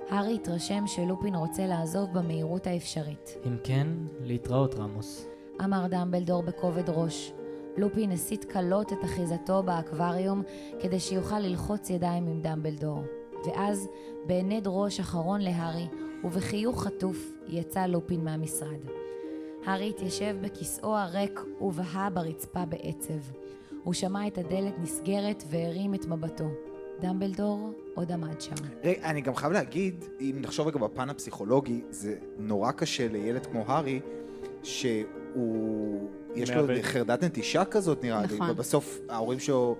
[SPEAKER 3] הארי התרשם שלופין רוצה לעזוב במהירות האפשרית.
[SPEAKER 6] אם כן, להתראות רמוס.
[SPEAKER 3] אמר דמבלדור בכובד ראש. לופין הסיט כלות את אחיזתו באקווריום כדי שיוכל ללחוץ ידיים עם דמבלדור. ואז, בהינד ראש אחרון להארי, ובחיוך חטוף, יצא לופין מהמשרד. הארי התיישב בכיסאו הריק ובהה ברצפה בעצב. הוא שמע את הדלת נסגרת והרים את מבטו. דמבלדור עוד עמד שם.
[SPEAKER 2] רגע, אני גם חייב להגיד, אם נחשוב רגע בפן הפסיכולוגי, זה נורא קשה לילד כמו הארי, שהוא... יש לו
[SPEAKER 1] מאבד.
[SPEAKER 2] חרדת נטישה כזאת נראה לי,
[SPEAKER 4] נכון.
[SPEAKER 2] ובסוף ההורים שלו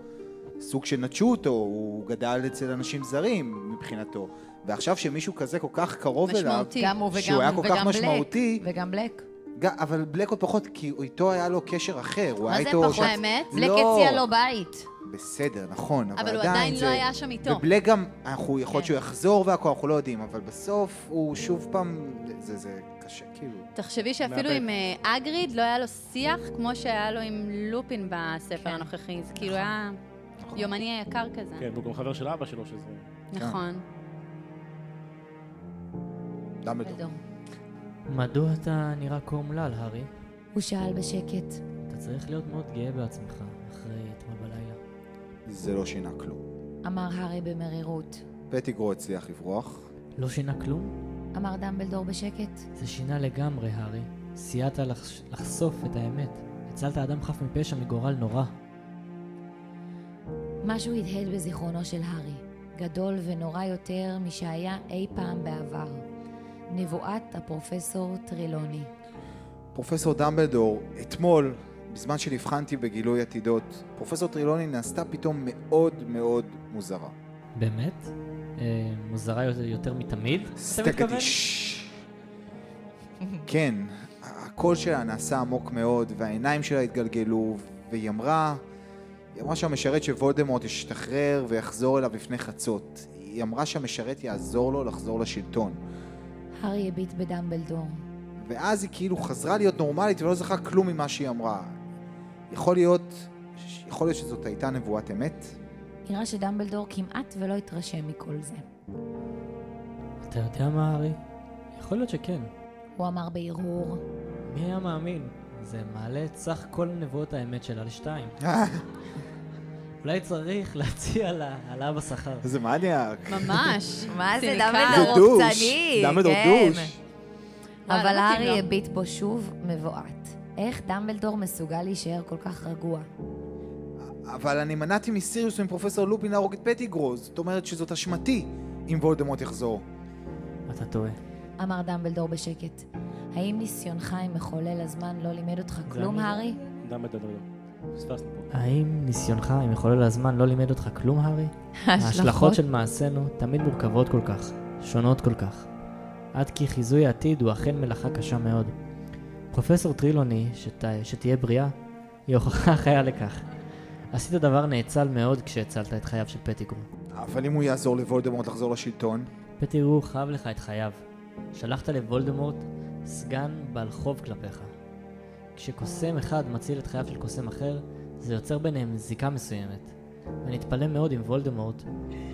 [SPEAKER 2] סוג של נטשו אותו, הוא גדל אצל אנשים זרים מבחינתו, ועכשיו שמישהו כזה כל כך קרוב אליו,
[SPEAKER 4] משמעותי.
[SPEAKER 3] גם הוא וגם,
[SPEAKER 2] שהוא היה כל
[SPEAKER 3] וגם
[SPEAKER 2] כך
[SPEAKER 3] בלק.
[SPEAKER 2] משמעותי,
[SPEAKER 3] וגם בלק.
[SPEAKER 2] ג- אבל בלק עוד פחות, כי הוא- איתו היה לו קשר אחר, הוא
[SPEAKER 4] מה
[SPEAKER 2] היה
[SPEAKER 4] זה
[SPEAKER 2] איתו...
[SPEAKER 4] פחות?
[SPEAKER 2] שאת-
[SPEAKER 4] האמת?
[SPEAKER 2] לא.
[SPEAKER 3] בלק הציע לו בית.
[SPEAKER 2] בסדר, נכון, אבל,
[SPEAKER 4] אבל הוא
[SPEAKER 2] עדיין
[SPEAKER 4] עדיין
[SPEAKER 2] זה...
[SPEAKER 4] לא היה שם איתו.
[SPEAKER 2] ובלק גם, אנחנו, יכול להיות
[SPEAKER 4] כן.
[SPEAKER 2] שהוא יחזור והכל, אנחנו לא יודעים, אבל בסוף הוא שוב פעם, זה, זה קשה, כאילו.
[SPEAKER 4] תחשבי שאפילו
[SPEAKER 1] מאבד.
[SPEAKER 4] עם אה, אגריד לא היה לו שיח כמו שהיה לו עם לופין בספר
[SPEAKER 3] כן.
[SPEAKER 4] הנוכחי. זה כאילו היה
[SPEAKER 2] נכון.
[SPEAKER 4] יומני היקר כזה.
[SPEAKER 1] כן, והוא גם חבר של אבא שלו, שזה...
[SPEAKER 4] נכון.
[SPEAKER 2] דמבלדור.
[SPEAKER 6] מדוע אתה נראה כה אומלל, הארי?
[SPEAKER 3] הוא שאל בשקט.
[SPEAKER 6] אתה צריך להיות מאוד גאה בעצמך, אחרי אתמול בלילה.
[SPEAKER 2] זה לא שינה כלום.
[SPEAKER 3] אמר הארי במרירות.
[SPEAKER 2] פטיגרו הצליח לברוח.
[SPEAKER 6] לא שינה כלום?
[SPEAKER 3] אמר דמבלדור בשקט.
[SPEAKER 6] זה שינה לגמרי, הארי. סייעת לחש... לחשוף את האמת. הצלת אדם חף מפשע מגורל נורא.
[SPEAKER 3] משהו הדהד בזיכרונו של הארי. גדול ונורא יותר משהיה אי פעם בעבר. נבואת הפרופסור טרילוני.
[SPEAKER 2] פרופסור דמבלדור, אתמול, בזמן שנבחנתי בגילוי עתידות, פרופסור טרילוני נעשתה פתאום מאוד מאוד מוזרה.
[SPEAKER 6] באמת? אה, מוזרה יותר, יותר מתמיד? אתה מתכוון?
[SPEAKER 2] סטגדיש. כן, הקול שלה נעשה עמוק מאוד, והעיניים שלה התגלגלו, והיא אמרה, היא אמרה שהמשרת של וולדמורט ישתחרר ויחזור אליו לפני חצות. היא אמרה שהמשרת יעזור לו לחזור לשלטון.
[SPEAKER 3] הארי הביט בדמבלדור.
[SPEAKER 2] ואז היא כאילו חזרה להיות נורמלית ולא זכה כלום ממה שהיא אמרה. יכול להיות, יכול להיות שזאת הייתה נבואת אמת?
[SPEAKER 3] נראה שדמבלדור כמעט ולא התרשם מכל זה.
[SPEAKER 6] אתה יודע מה, הארי? יכול להיות שכן.
[SPEAKER 3] הוא אמר בהרהור.
[SPEAKER 6] מי היה מאמין? זה מעלה את סך כל נבואות האמת שלה לשתיים. אולי צריך להציע לה העלאה בשכר.
[SPEAKER 2] זה מניאק.
[SPEAKER 4] ממש.
[SPEAKER 3] מה זה, לא
[SPEAKER 4] ציניקן.
[SPEAKER 3] דמבלדור?
[SPEAKER 2] זה דוש.
[SPEAKER 3] קצני,
[SPEAKER 2] דמבלדור
[SPEAKER 3] כן.
[SPEAKER 2] דוש.
[SPEAKER 4] וואי,
[SPEAKER 3] אבל
[SPEAKER 4] לא מתאים לו.
[SPEAKER 3] הארי הביט בו שוב מבועת. איך דמבלדור מסוגל להישאר כל כך רגוע?
[SPEAKER 2] אבל אני מנעתי מסיריוס ומפרופסור לופין להרוג את פטיגרו, זאת אומרת שזאת אשמתי אם וולדמורט יחזור.
[SPEAKER 6] אתה טועה.
[SPEAKER 3] אמר דמבלדור בשקט. האם ניסיונך עם מחולל הזמן לא לימד אותך כלום,
[SPEAKER 6] אני-
[SPEAKER 3] הארי?
[SPEAKER 1] דם בדבר. פספסנו פה.
[SPEAKER 6] האם ניסיונך עם מחולל הזמן לא לימד אותך כלום, הארי? ההשלכות של מעשינו תמיד מורכבות כל כך, שונות כל כך. עד כי חיזוי העתיד הוא אכן מלאכה קשה מאוד. פרופסור טרילוני, שת... שתהיה בריאה, היא הוכחה חיה לכך. עשית דבר נאצל מאוד כשהצלת את חייו של פטיגרו.
[SPEAKER 2] אבל אם הוא יעזור לוולדמורט לחזור לשלטון,
[SPEAKER 6] פטיגרו חב לך את חייו. שלחת לוולדמורט סגן בעל חוב כלפיך. כשקוסם אחד מציל את חייו של קוסם אחר, זה יוצר ביניהם זיקה מסוימת. אני אתפלא מאוד אם וולדמורט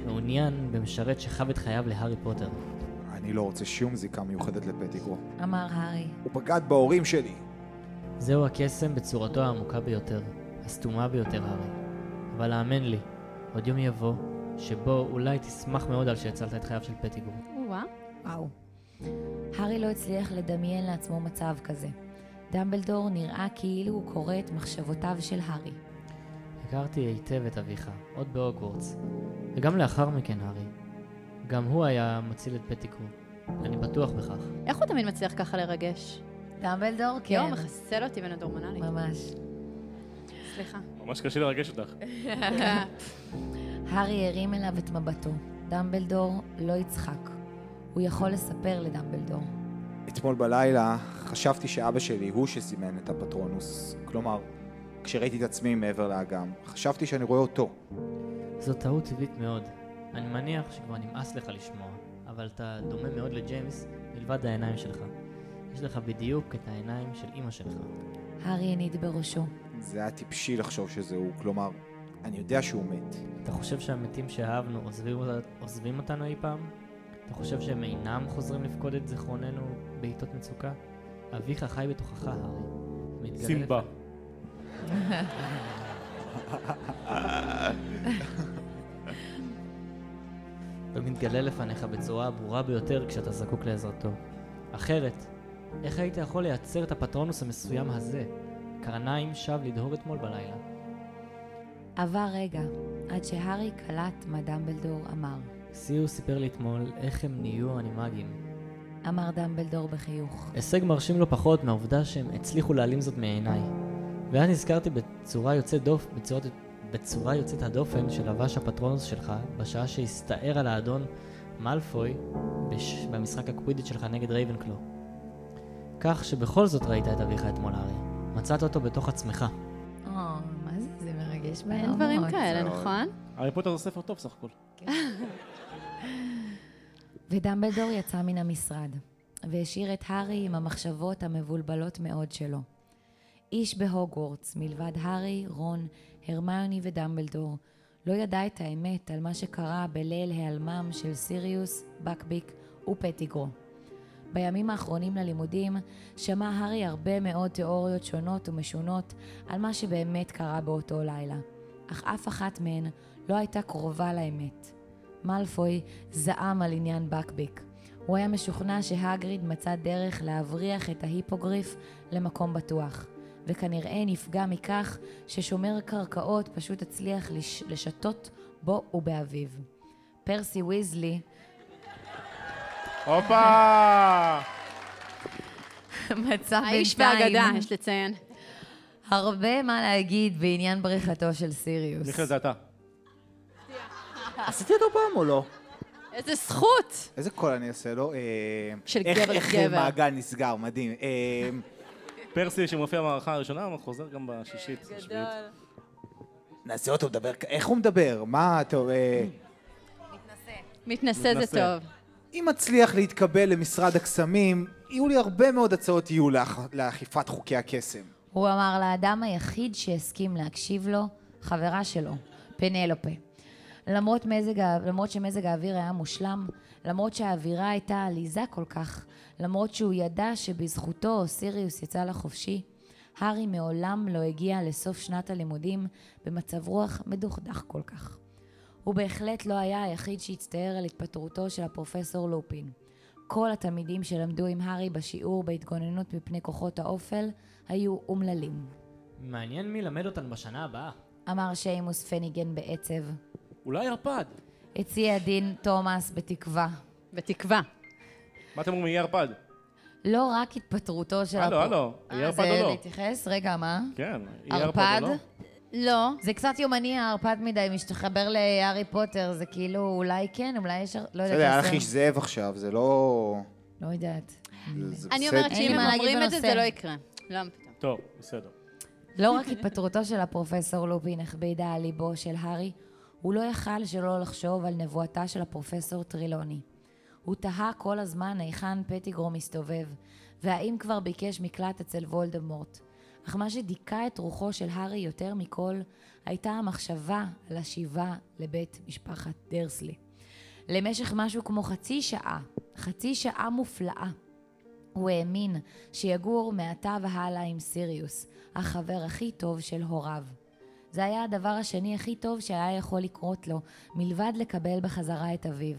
[SPEAKER 6] מעוניין במשרת שחב את חייו להארי פוטר.
[SPEAKER 2] אני לא רוצה שום זיקה מיוחדת לפטיגרו.
[SPEAKER 3] אמר הארי.
[SPEAKER 2] הוא בגד בהורים שלי.
[SPEAKER 6] זהו הקסם בצורתו העמוקה ביותר, הסתומה ביותר הרי. אבל האמן לי, עוד יום יבוא, שבו אולי תשמח מאוד על שהצלת את חייו של פטיגור.
[SPEAKER 4] או-אה.
[SPEAKER 3] וואו. הארי לא הצליח לדמיין לעצמו מצב כזה. דמבלדור נראה כאילו הוא קורא את מחשבותיו של הארי.
[SPEAKER 6] הכרתי היטב את אביך, עוד בהוגוורטס, וגם לאחר מכן, הארי. גם הוא היה מציל את פטיגור. אני בטוח בכך.
[SPEAKER 4] איך הוא תמיד מצליח ככה לרגש?
[SPEAKER 3] דמבלדור,
[SPEAKER 4] כן. יואו, מחסל אותי בין הדורמונלית.
[SPEAKER 3] ממש.
[SPEAKER 4] סליחה.
[SPEAKER 3] לא,
[SPEAKER 1] ממש קשה לרגש אותך.
[SPEAKER 3] הארי הרים אליו את מבטו. דמבלדור לא יצחק. הוא יכול לספר לדמבלדור.
[SPEAKER 2] אתמול בלילה חשבתי שאבא שלי הוא שסימן את הפטרונוס. כלומר, כשראיתי את עצמי מעבר לאגם, חשבתי שאני רואה אותו.
[SPEAKER 6] זו טעות טבעית מאוד. אני מניח שכבר נמאס לך לשמוע, אבל אתה דומה מאוד לג'יימס מלבד העיניים שלך. יש לך בדיוק את העיניים של אימא שלך.
[SPEAKER 3] הארי הניד בראשו.
[SPEAKER 2] זה היה טיפשי לחשוב שזה הוא, כלומר, אני יודע שהוא מת.
[SPEAKER 6] אתה חושב שהמתים שאהבנו עוזבים, אותה- עוזבים אותנו אי פעם? אתה חושב שהם אינם חוזרים לפקוד את זיכרוננו בעיתות מצוקה? אביך חי בתוכך, הארי. מתגלה
[SPEAKER 1] סימבה.
[SPEAKER 6] לפ- ומתגלה לפניך בצורה הברורה ביותר כשאתה זקוק לעזרתו. אחרת, איך היית יכול לייצר את הפטרונוס המסוים הזה? קרניים שב לדהור אתמול בלילה.
[SPEAKER 3] עבר רגע, עד שהארי קלט מה דמבלדור אמר.
[SPEAKER 6] סיו סיפר לי אתמול איך הם נהיו אנימגים.
[SPEAKER 3] אמר דמבלדור בחיוך.
[SPEAKER 6] הישג מרשים לא פחות מהעובדה שהם הצליחו להעלים זאת מעיניי. ואז נזכרתי בצורה יוצאת דופ... בצורת... בצורה יוצאת הדופן שלבש הפטרונוס שלך בשעה שהסתער על האדון מאלפוי בש... במשחק הקווידיץ' שלך נגד רייבנקלו. כך שבכל זאת ראית את אביך אתמול הארי. מצאת אותו בתוך עצמך.
[SPEAKER 3] או, אה, מה זה? זה מרגש ברמות.
[SPEAKER 4] אין דברים כאלה,
[SPEAKER 2] מאוד.
[SPEAKER 4] נכון?
[SPEAKER 1] הארי פוטר זה ספר טוב סך הכל.
[SPEAKER 3] ודמבלדור יצא מן המשרד, והשאיר את הארי עם המחשבות המבולבלות מאוד שלו. איש בהוגוורטס, מלבד הארי, רון, הרמיוני ודמבלדור, לא ידע את האמת על מה שקרה בליל היעלמם של סיריוס, בקביק ופטיגרו. בימים האחרונים ללימודים שמע הארי הרבה מאוד תיאוריות שונות ומשונות על מה שבאמת קרה באותו לילה, אך אף אחת מהן לא הייתה קרובה לאמת. מאלפוי זעם על עניין בקביק. הוא היה משוכנע שהגריד מצא דרך להבריח את ההיפוגריף למקום בטוח, וכנראה נפגע מכך ששומר קרקעות פשוט הצליח לש... לשתות בו ובאביו. פרסי ויזלי,
[SPEAKER 1] הופה!
[SPEAKER 3] <laughs> מצא
[SPEAKER 4] האיש והאגדה,
[SPEAKER 3] בינתיים
[SPEAKER 4] יש לציין.
[SPEAKER 3] הרבה מה להגיד בעניין בריחתו של סיריוס.
[SPEAKER 1] מיכאל זה אתה.
[SPEAKER 7] עשיתי אותו פעם או לא?
[SPEAKER 4] איזה זכות!
[SPEAKER 2] איזה קול אני אעשה לו? אה,
[SPEAKER 4] של
[SPEAKER 2] איך-
[SPEAKER 4] גבר
[SPEAKER 2] איך
[SPEAKER 4] לגבר.
[SPEAKER 2] מעגל נסגר, מדהים. אה,
[SPEAKER 1] פרסי שמופיע במערכה הראשונה, הוא חוזר גם בשישית. השביעית.
[SPEAKER 2] נעשה אותו מדבר, כ- איך הוא מדבר? מה, טוב, אה,
[SPEAKER 4] מתנשא זה
[SPEAKER 1] מתנשא.
[SPEAKER 4] טוב.
[SPEAKER 2] אם אצליח להתקבל למשרד הקסמים, יהיו לי הרבה מאוד הצעות יהיו לאכ- לאכיפת חוקי הקסם.
[SPEAKER 3] הוא אמר לאדם היחיד שהסכים להקשיב לו, חברה שלו, פנלופה. למרות, מזג, ה- למרות שמזג האוויר היה מושלם, למרות שהאווירה הייתה עליזה כל כך, למרות שהוא ידע שבזכותו סיריוס יצא לחופשי, הארי מעולם לא הגיע לסוף שנת הלימודים במצב רוח מדוכדך כל כך. הוא בהחלט לא היה היחיד שהצטער על התפטרותו של הפרופסור לופין. כל התלמידים שלמדו עם הארי בשיעור בהתגוננות מפני כוחות האופל היו אומללים.
[SPEAKER 6] מעניין מי למד אותנו בשנה הבאה.
[SPEAKER 3] אמר שיימוס פניגן בעצב.
[SPEAKER 1] אולי ערפד.
[SPEAKER 3] הציע דין תומאס בתקווה.
[SPEAKER 4] בתקווה.
[SPEAKER 1] מה אתם אומרים, יהיה ערפד?
[SPEAKER 3] לא רק התפטרותו של...
[SPEAKER 1] הלו,
[SPEAKER 3] הפר-
[SPEAKER 1] הלו, יהיה
[SPEAKER 3] אה,
[SPEAKER 1] ערפד או לא?
[SPEAKER 3] זה להתייחס? רגע, מה?
[SPEAKER 1] כן, יהיה
[SPEAKER 3] ערפד?
[SPEAKER 1] ערפד או לא?
[SPEAKER 4] לא.
[SPEAKER 3] זה קצת יומני, הערפד מדי, משתחבר להארי פוטר, זה כאילו, אולי כן, אולי יש... לא
[SPEAKER 2] בסדר, היה
[SPEAKER 3] יודעת.
[SPEAKER 2] לך איש זאב עכשיו, זה לא...
[SPEAKER 3] לא יודעת.
[SPEAKER 2] זה
[SPEAKER 4] אני
[SPEAKER 2] בסדר.
[SPEAKER 4] אומרת
[SPEAKER 3] אין
[SPEAKER 4] שאם
[SPEAKER 3] לי מה
[SPEAKER 4] הם
[SPEAKER 3] להגיד
[SPEAKER 4] אומרים את זה,
[SPEAKER 3] בנושא.
[SPEAKER 4] זה לא יקרה. לא, פתאום.
[SPEAKER 1] טוב, בסדר.
[SPEAKER 3] לא רק התפטרותו של הפרופסור לופין הכבידה על ליבו של הארי, הוא לא יכל שלא לחשוב על נבואתה של הפרופסור טרילוני. הוא תהה כל הזמן היכן פטיגרו מסתובב, והאם כבר ביקש מקלט אצל וולדמורט. אך מה שדיכא את רוחו של הארי יותר מכל, הייתה המחשבה על השיבה לבית משפחת דרסלי. למשך משהו כמו חצי שעה, חצי שעה מופלאה. הוא האמין שיגור מעתה והלאה עם סיריוס, החבר הכי טוב של הוריו. זה היה הדבר השני הכי טוב שהיה יכול לקרות לו, מלבד לקבל בחזרה את אביו.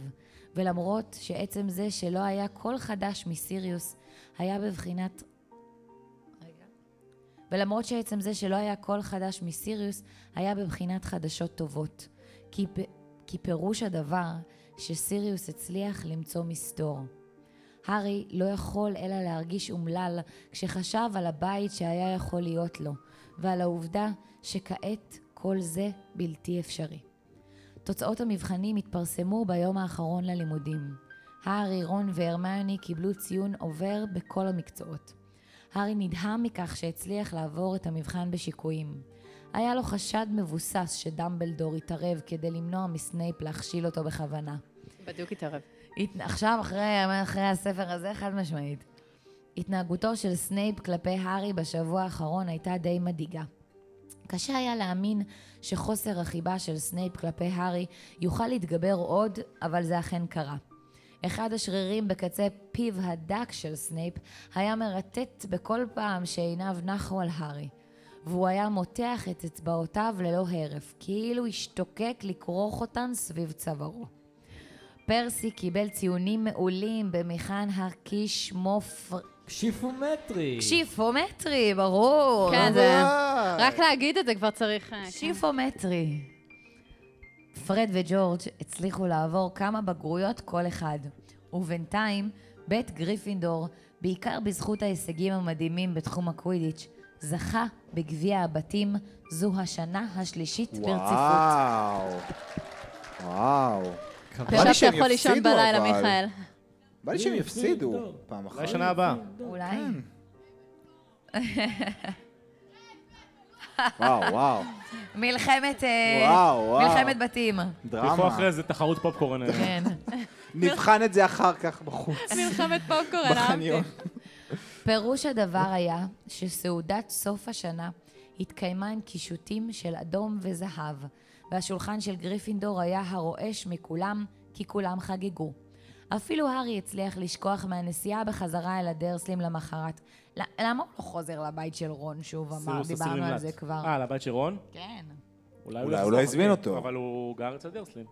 [SPEAKER 3] ולמרות שעצם זה שלא היה כל חדש מסיריוס, היה בבחינת... רגע. ולמרות שעצם זה שלא היה כל חדש מסיריוס, היה בבחינת חדשות טובות. כי, פ... כי פירוש הדבר שסיריוס הצליח למצוא מסתור. הארי לא יכול אלא להרגיש אומלל כשחשב על הבית שהיה יכול להיות לו, ועל העובדה שכעת כל זה בלתי אפשרי. תוצאות המבחנים התפרסמו ביום האחרון ללימודים. הארי, רון והרמיוני קיבלו ציון עובר בכל המקצועות. הארי נדהם מכך שהצליח לעבור את המבחן בשיקויים. היה לו חשד מבוסס שדמבלדור התערב כדי למנוע מסנייפ להכשיל אותו בכוונה.
[SPEAKER 4] בדיוק התערב.
[SPEAKER 3] הת- עכשיו, אחרי, אחרי הספר הזה, חד משמעית. התנהגותו של סנייפ כלפי הארי בשבוע האחרון הייתה די מדאיגה. קשה היה להאמין שחוסר החיבה של סנייפ כלפי הארי יוכל להתגבר עוד, אבל זה אכן קרה. אחד השרירים בקצה פיו הדק של סנייפ היה מרטט בכל פעם שעיניו נחו על הארי, והוא היה מותח את אצבעותיו ללא הרף, כאילו השתוקק לכרוך אותן סביב צווארו. פרסי קיבל ציונים מעולים במכאן הקישמופר...
[SPEAKER 6] שיפומטרי.
[SPEAKER 2] כן.
[SPEAKER 3] שיפומטרי, ברור. לא,
[SPEAKER 4] כן, זה...
[SPEAKER 3] אה.
[SPEAKER 4] רק להגיד את זה כבר צריך... אה,
[SPEAKER 3] שיפומטרי. פרד וג'ורג' הצליחו לעבור כמה בגרויות כל אחד, ובינתיים בית גריפינדור, בעיקר בזכות ההישגים המדהימים בתחום הקווידיץ', זכה בגביע הבתים זו השנה השלישית ברציפות.
[SPEAKER 2] וואו. וואו.
[SPEAKER 4] כן.
[SPEAKER 2] בא לי
[SPEAKER 4] עכשיו
[SPEAKER 2] שהם
[SPEAKER 4] אתה יכול לישון
[SPEAKER 2] יפסידו,
[SPEAKER 4] בלילה,
[SPEAKER 2] אבל.
[SPEAKER 3] <laughs>
[SPEAKER 4] מיכאל.
[SPEAKER 2] בא לי שהם יפסידו
[SPEAKER 6] גריפינדור.
[SPEAKER 2] פעם אחת.
[SPEAKER 1] אולי שנה הבאה.
[SPEAKER 3] אולי?
[SPEAKER 2] כן. וואו,
[SPEAKER 1] <laughs>
[SPEAKER 2] וואו.
[SPEAKER 3] מלחמת... אה,
[SPEAKER 2] וואו, וואו.
[SPEAKER 3] מלחמת בתים.
[SPEAKER 1] תלכו
[SPEAKER 2] דרמה.
[SPEAKER 1] אחרי זה תחרות פופקורן.
[SPEAKER 3] כן.
[SPEAKER 2] נבחן את זה אחר כך בחוץ.
[SPEAKER 4] מלחמת
[SPEAKER 3] אה?
[SPEAKER 4] פופקורן,
[SPEAKER 2] בחניון.
[SPEAKER 3] פירוש הדבר היה שסעודת סוף השנה התקיימה עם קישוטים של אדום וזהב, והשולחן של גריפינדור היה הרועש מכולם, כי כולם חגגו. אפילו הארי הצליח לשכוח מהנסיעה בחזרה אל הדרסלים למחרת. ל- למה הוא לא חוזר לבית של רון שוב? אמר, דיברנו על זה כבר.
[SPEAKER 1] אה, לבית של רון?
[SPEAKER 3] כן.
[SPEAKER 2] אולי הוא
[SPEAKER 1] יחזור,
[SPEAKER 2] לא הזמין
[SPEAKER 1] כן.
[SPEAKER 2] אותו. אה,
[SPEAKER 1] אבל הוא גר אצל דרסלין.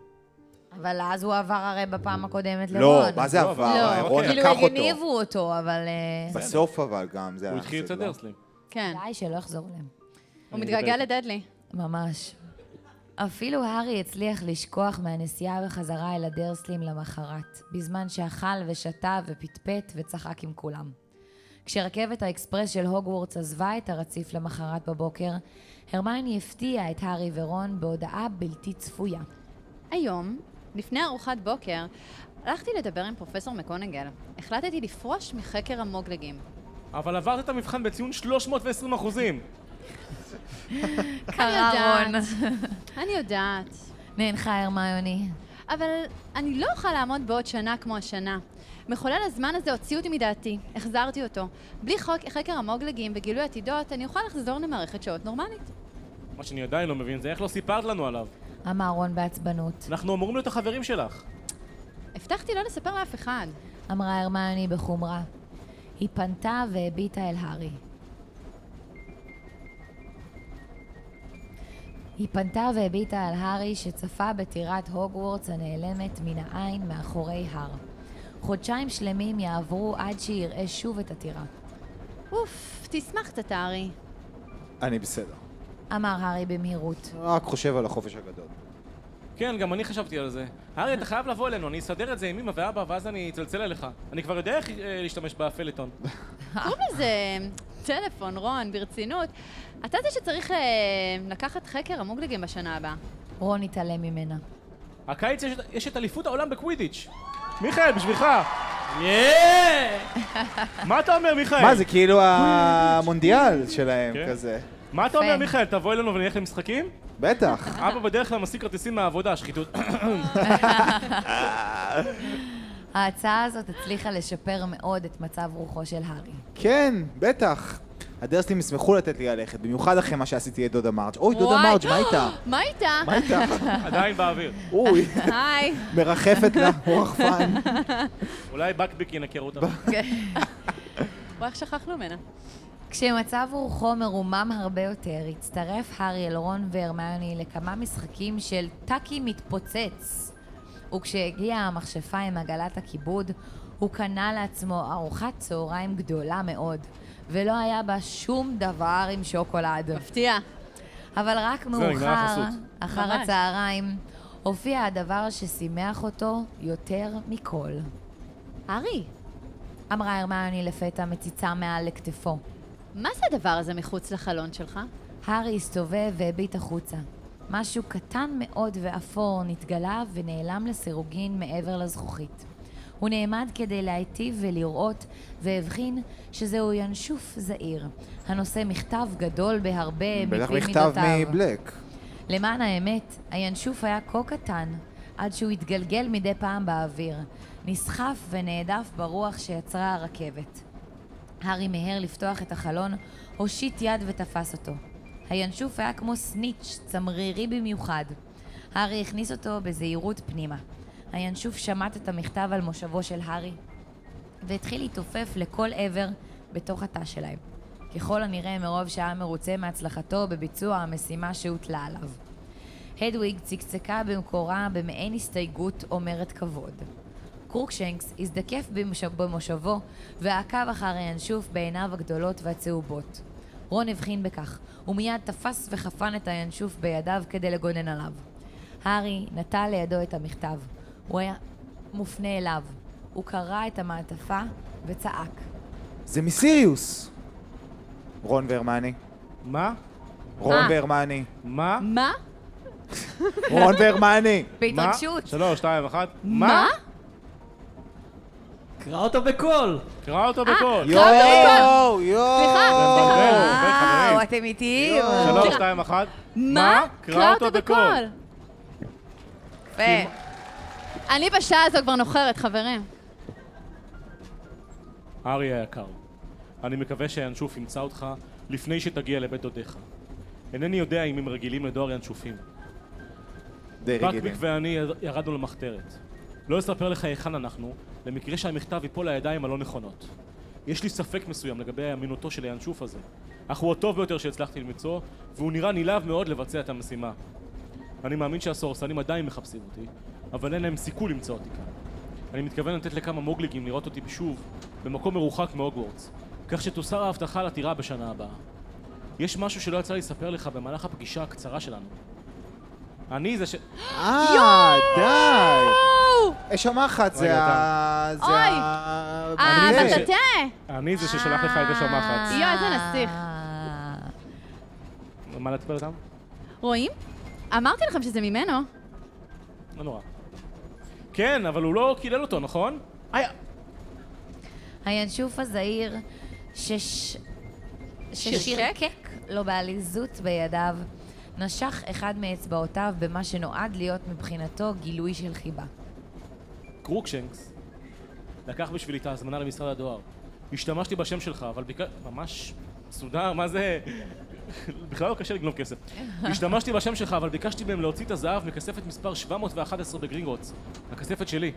[SPEAKER 3] אבל אז הוא עבר הרי בפעם הקודמת לרון.
[SPEAKER 2] לא, מה זה
[SPEAKER 1] לא,
[SPEAKER 2] עבר?
[SPEAKER 1] לא,
[SPEAKER 2] אה, רון
[SPEAKER 1] אוקיי.
[SPEAKER 2] לקח
[SPEAKER 3] כאילו
[SPEAKER 2] אותו.
[SPEAKER 3] הגניבו אותו, אבל... אה,
[SPEAKER 2] בסוף אבל גם זה לא.
[SPEAKER 1] הוא
[SPEAKER 2] היה
[SPEAKER 1] התחיל
[SPEAKER 2] חסר
[SPEAKER 1] אצל
[SPEAKER 2] לו.
[SPEAKER 1] דרסלין.
[SPEAKER 4] כן.
[SPEAKER 3] די, שלא יחזור אליהם.
[SPEAKER 4] הוא מתגעגע לדדלי.
[SPEAKER 3] ממש. אפילו הארי הצליח לשכוח מהנסיעה בחזרה אל הדרסלים למחרת, בזמן שאכל ושתה ופטפט וצחק עם כולם. כשרכבת האקספרס של הוגוורטס עזבה את הרציף למחרת בבוקר, הרמייני הפתיעה את הארי ורון בהודעה בלתי צפויה.
[SPEAKER 4] היום, לפני ארוחת בוקר, הלכתי לדבר עם פרופסור מקונגל. החלטתי לפרוש מחקר המוגלגים.
[SPEAKER 1] אבל עברת את המבחן בציון 320 אחוזים.
[SPEAKER 3] קרה רון.
[SPEAKER 4] אני יודעת,
[SPEAKER 3] נאנחה הרמיוני.
[SPEAKER 4] אבל אני לא אוכל לעמוד בעוד שנה כמו השנה. מחולל הזמן הזה הוציא אותי מדעתי, החזרתי אותו. בלי חוק, חקר המוגלגים וגילוי עתידות, אני אוכל לחזור למערכת שעות נורמלית.
[SPEAKER 1] מה שאני עדיין לא מבין זה איך לא סיפרת לנו עליו.
[SPEAKER 3] אמר רון בעצבנות.
[SPEAKER 1] אנחנו אמורים להיות החברים שלך.
[SPEAKER 4] הבטחתי לא לספר לאף אחד.
[SPEAKER 3] אמרה הרמיוני בחומרה. היא פנתה והביטה אל הארי. היא פנתה והביטה על הארי שצפה בטירת הוגוורטס הנעלמת מן העין מאחורי הר. חודשיים שלמים יעברו עד שיראה שוב את הטירה.
[SPEAKER 4] אוף, תשמח קצת, הארי.
[SPEAKER 2] אני בסדר.
[SPEAKER 3] אמר הארי במהירות.
[SPEAKER 2] רק חושב על החופש הגדול.
[SPEAKER 1] כן, גם אני חשבתי על זה. הארי, אתה חייב לבוא אלינו, אני אסדר את זה עם אמא ואבא, ואז אני אצלצל אליך. אני כבר יודע איך אה, להשתמש בפלטון.
[SPEAKER 4] קוראים לזה טלפון, רון, ברצינות. אתה זה שצריך אה, לקחת חקר המוגלגים בשנה הבאה.
[SPEAKER 3] רון התעלם ממנה.
[SPEAKER 1] הקיץ יש, יש את אליפות העולם בקווידיץ'. מיכאל, בשבילך. <laughs> מה אתה אומר, מיכאל?
[SPEAKER 2] מה, זה כאילו המונדיאל שלהם
[SPEAKER 1] כן.
[SPEAKER 2] כזה.
[SPEAKER 1] מה אתה אומר,
[SPEAKER 3] יפה.
[SPEAKER 1] מיכאל? תבוא אלינו ונלך למשחקים?
[SPEAKER 4] <laughs>
[SPEAKER 2] בטח.
[SPEAKER 1] אבא בדרך כלל משיג כרטיסים מהעבודה, שחיתות.
[SPEAKER 3] ההצעה הזאת הצליחה לשפר מאוד את מצב רוחו של הארי.
[SPEAKER 2] כן, בטח. הדרסלים ישמחו לתת לי ללכת, במיוחד אחרי מה שעשיתי לדודה מרג'. אוי, דודה
[SPEAKER 4] וואי.
[SPEAKER 2] מרג',
[SPEAKER 4] לא.
[SPEAKER 2] מה איתה?
[SPEAKER 4] מה איתה?
[SPEAKER 2] מה
[SPEAKER 4] <laughs>
[SPEAKER 2] איתה?
[SPEAKER 1] עדיין באוויר.
[SPEAKER 2] אוי,
[SPEAKER 4] היי.
[SPEAKER 2] מרחפת לה, הוא רחפן.
[SPEAKER 1] אולי בקביק ינקר
[SPEAKER 2] <laughs>
[SPEAKER 1] אותם.
[SPEAKER 4] וואי, איך שכחנו ממנה.
[SPEAKER 3] כשמצב רוחו מרומם הרבה יותר, הצטרף הארי אלרון והרמיוני לכמה משחקים של טאקי מתפוצץ. וכשהגיעה המכשפה עם עגלת הכיבוד, הוא קנה לעצמו ארוחת צהריים גדולה מאוד, ולא היה בה שום דבר עם שוקולד.
[SPEAKER 4] מפתיע.
[SPEAKER 3] אבל רק
[SPEAKER 1] נגמר
[SPEAKER 3] מאוחר,
[SPEAKER 1] החסות.
[SPEAKER 3] אחר
[SPEAKER 4] ממש.
[SPEAKER 3] הצהריים, הופיע הדבר ששימח אותו יותר מכל.
[SPEAKER 4] הארי,
[SPEAKER 3] אמרה הרמיוני לפתע מציצה מעל לכתפו.
[SPEAKER 4] מה זה הדבר הזה מחוץ לחלון שלך?
[SPEAKER 3] הארי הסתובב והביט החוצה. משהו קטן מאוד ואפור נתגלה ונעלם לסירוגין מעבר לזכוכית. הוא נעמד כדי להיטיב ולראות, והבחין שזהו ינשוף זעיר, הנושא מכתב גדול
[SPEAKER 4] אה,
[SPEAKER 3] בהרבה
[SPEAKER 2] בטח
[SPEAKER 3] מפי
[SPEAKER 2] מכתב
[SPEAKER 3] מידותיו.
[SPEAKER 2] מבלק.
[SPEAKER 3] למען האמת, הינשוף היה כה קטן, עד שהוא התגלגל מדי פעם באוויר, נסחף ונהדף ברוח שיצרה הרכבת. הארי מיהר לפתוח את החלון, הושיט יד ותפס אותו. הינשוף היה כמו סניץ', צמרירי במיוחד. הארי הכניס אותו בזהירות פנימה. הינשוף שמט את המכתב על מושבו של הארי, והתחיל להתעופף לכל עבר בתוך התא שלהם. ככל הנראה מרוב שהיה מרוצה מהצלחתו בביצוע המשימה שהוטלה עליו. הדוויג צקצקה במקורה במעין הסתייגות אומרת כבוד. קרוקשנקס הזדקף במוש- במושבו ועקב אחר הינשוף בעיניו הגדולות והצהובות. רון הבחין בכך, ומיד תפס וחפן את הינשוף בידיו כדי לגונן עליו. הארי נטל לידו את המכתב. הוא היה מופנה אליו. הוא קרע את המעטפה וצעק.
[SPEAKER 2] זה מסיריוס! רון והרמני.
[SPEAKER 1] מה?
[SPEAKER 2] רון
[SPEAKER 4] אה.
[SPEAKER 2] והרמני.
[SPEAKER 1] מה?
[SPEAKER 4] מה?
[SPEAKER 2] רון והרמני!
[SPEAKER 3] בהתרגשות.
[SPEAKER 1] מה? שלוש, שתיים, אחת.
[SPEAKER 4] מה?
[SPEAKER 6] קרא אותו בקול!
[SPEAKER 1] קרא
[SPEAKER 4] אה.
[SPEAKER 1] אותו בקול.
[SPEAKER 2] יואו! יואו!
[SPEAKER 4] סליחה,
[SPEAKER 1] סליחה.
[SPEAKER 2] יואו!
[SPEAKER 1] הרבה חברים.
[SPEAKER 3] וואו, אתם איתי?
[SPEAKER 1] שלוש, שתיים, אחת.
[SPEAKER 4] מה? קרא אותו בקול.
[SPEAKER 3] יפה.
[SPEAKER 4] אני בשעה הזו כבר נוחרת, חברים.
[SPEAKER 1] ארי היקר, אני מקווה שהינשוף ימצא אותך לפני שתגיע לבית דודיך. אינני יודע אם הם רגילים לדואר ינשופים.
[SPEAKER 2] די רגילים.
[SPEAKER 1] רקביק ואני ירדנו למחתרת. לא אספר לך היכן אנחנו, למקרה שהמכתב ייפול לידיים הלא נכונות. יש לי ספק מסוים לגבי אמינותו של הינשוף הזה, אך הוא הטוב ביותר שהצלחתי למצוא, והוא נראה נלהב מאוד לבצע את המשימה. אני מאמין שהסורסנים עדיין מחפשים אותי, אבל אין להם סיכוי למצוא אותי כאן. אני מתכוון לתת לכמה מוגליגים לראות אותי שוב, במקום מרוחק מהוגוורטס, כך שתוסר ההבטחה על עתירה בשנה הבאה. יש משהו שלא יצא לי לספר לך במהלך הפגישה הקצרה שלנו. אני זה ש...
[SPEAKER 2] אה, די!
[SPEAKER 4] או,
[SPEAKER 2] אש המחט
[SPEAKER 1] אוי,
[SPEAKER 2] זה ה... זה
[SPEAKER 4] אוי.
[SPEAKER 2] ה...
[SPEAKER 4] אה,
[SPEAKER 2] זה.
[SPEAKER 4] בטטה.
[SPEAKER 1] אני זה ששלח לך את אש המחץ.
[SPEAKER 4] יואו, איזה נסיך.
[SPEAKER 1] מה להצביע אותם?
[SPEAKER 4] רואים? אמרתי לכם שזה ממנו.
[SPEAKER 1] לא נורא. כן, אבל הוא לא קילל אותו, נכון? היה.
[SPEAKER 3] הינשוף הזעיר שש... ששרקק לו בעליזות בידיו, נשך אחד מאצבעותיו במה שנועד להיות מבחינתו גילוי של חיבה.
[SPEAKER 1] קרוקשנקס לקח בשבילי את ההזמנה למשרד הדואר. השתמשתי בשם שלך, אבל ביקש... ממש מסודר, מה זה? בכלל לא קשה לגנוב כסף. השתמשתי בשם שלך, אבל ביקשתי מהם להוציא את הזהב מכספת מספר 711 בגרינגוטס. הכספת שלי.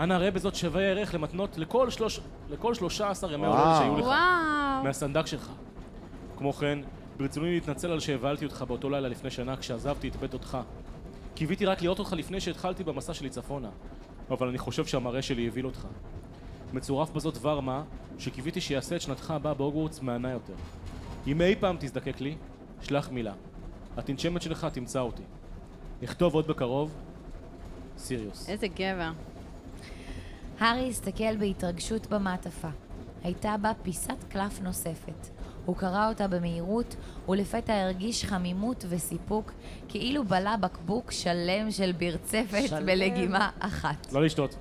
[SPEAKER 1] אנא ראה בזאת שווה ערך למתנות לכל, שלוש... לכל 13 ימי הולדת
[SPEAKER 2] וואו.
[SPEAKER 1] שהיו לך.
[SPEAKER 4] וואו.
[SPEAKER 1] מהסנדק שלך. כמו כן, ברצוני להתנצל על שהבהלתי אותך באותו לילה לפני שנה כשעזבתי את בית דודך. קיוויתי רק לראות אותך לפני שהתחלתי במסע שלי צפונה, אבל אני חושב שהמראה שלי הבהיל אותך. מצורף בזאת דבר מה, שקיוויתי שיעשה את שנתך הבאה בהוגוורטס מהנה יותר. אם אי פעם תזדקק לי, שלח מילה. התנשמת שלך תמצא אותי. נכתוב עוד בקרוב, סיריוס.
[SPEAKER 4] איזה גבר.
[SPEAKER 3] הארי הסתכל בהתרגשות במעטפה. הייתה בה פיסת קלף נוספת. הוא קרא אותה במהירות, ולפתע הרגיש חמימות וסיפוק, כאילו בלע בקבוק שלם של ברצפת בלגימה אחת.
[SPEAKER 1] לא לשתות.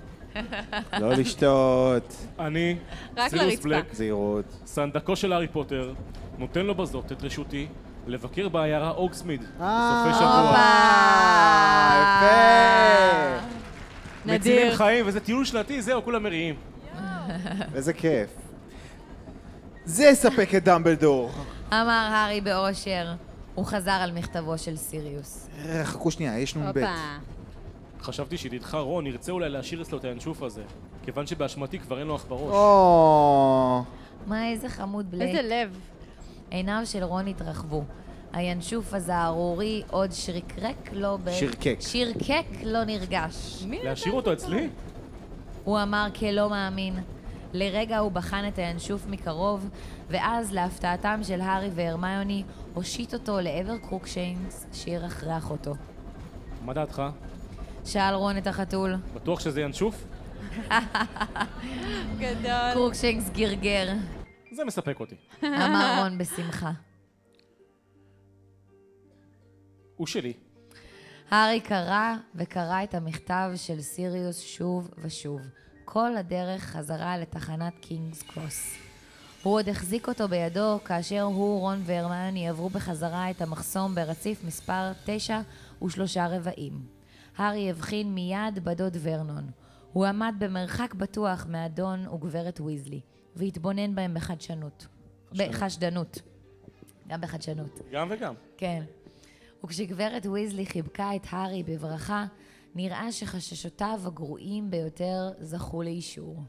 [SPEAKER 2] לא לשתות.
[SPEAKER 1] אני,
[SPEAKER 4] רק
[SPEAKER 1] סיריוס
[SPEAKER 4] לרצפה.
[SPEAKER 1] בלק,
[SPEAKER 2] זהירות.
[SPEAKER 1] סנדקו של הארי פוטר, נותן לו בזאת את רשותי לבקר בעיירה אוגסמיד,
[SPEAKER 2] אה,
[SPEAKER 1] בסופי שבוע.
[SPEAKER 2] יפה!
[SPEAKER 1] מצילים חיים, וזה טיול שנתי, זהו, כולם מריעים.
[SPEAKER 2] איזה כיף. זה יספק את דמבלדור.
[SPEAKER 3] אמר הארי באושר. הוא חזר על מכתבו של סיריוס.
[SPEAKER 2] אה, חכו שנייה, יש נ"ב.
[SPEAKER 4] הופה.
[SPEAKER 1] חשבתי שידידך רון ירצה אולי להשאיר אצלו את הינשוף הזה, כיוון שבאשמתי כבר אין לו אח בראש.
[SPEAKER 2] או...
[SPEAKER 3] מה, איזה חמוד בלייק.
[SPEAKER 4] איזה לב.
[SPEAKER 3] עיניו של רון התרחבו. הינשוף הזערורי עוד שרקרק לו ב...
[SPEAKER 2] שרקק.
[SPEAKER 3] שרקק לא נרגש.
[SPEAKER 4] מי
[SPEAKER 1] להשאיר אותו אצלי?
[SPEAKER 3] הוא אמר כלא מאמין. לרגע הוא בחן את הינשוף מקרוב, ואז להפתעתם של הארי והרמיוני, הושיט אותו לעבר קרוקשיינס שירחרח אותו.
[SPEAKER 1] מה דעתך?
[SPEAKER 3] שאל רון את החתול,
[SPEAKER 1] בטוח שזה ינשוף?
[SPEAKER 4] גדול.
[SPEAKER 3] קרוקשיינס גרגר,
[SPEAKER 1] זה מספק אותי.
[SPEAKER 3] אמר רון בשמחה.
[SPEAKER 1] הוא שלי.
[SPEAKER 3] הארי קרא וקרא את המכתב של סיריוס שוב ושוב, כל הדרך חזרה לתחנת קינגס קרוס. הוא עוד החזיק אותו בידו כאשר הוא, רון והרמיוני עברו בחזרה את המחסום ברציף מספר תשע ושלושה רבעים. הארי הבחין מיד בדוד ורנון. הוא עמד במרחק בטוח מאדון וגברת ויזלי, והתבונן בהם בחדשנות. בחשדנות. גם בחדשנות.
[SPEAKER 1] גם וגם.
[SPEAKER 3] כן. וכשגברת ויזלי חיבקה את הארי בברכה, נראה שחששותיו הגרועים ביותר זכו לאישור.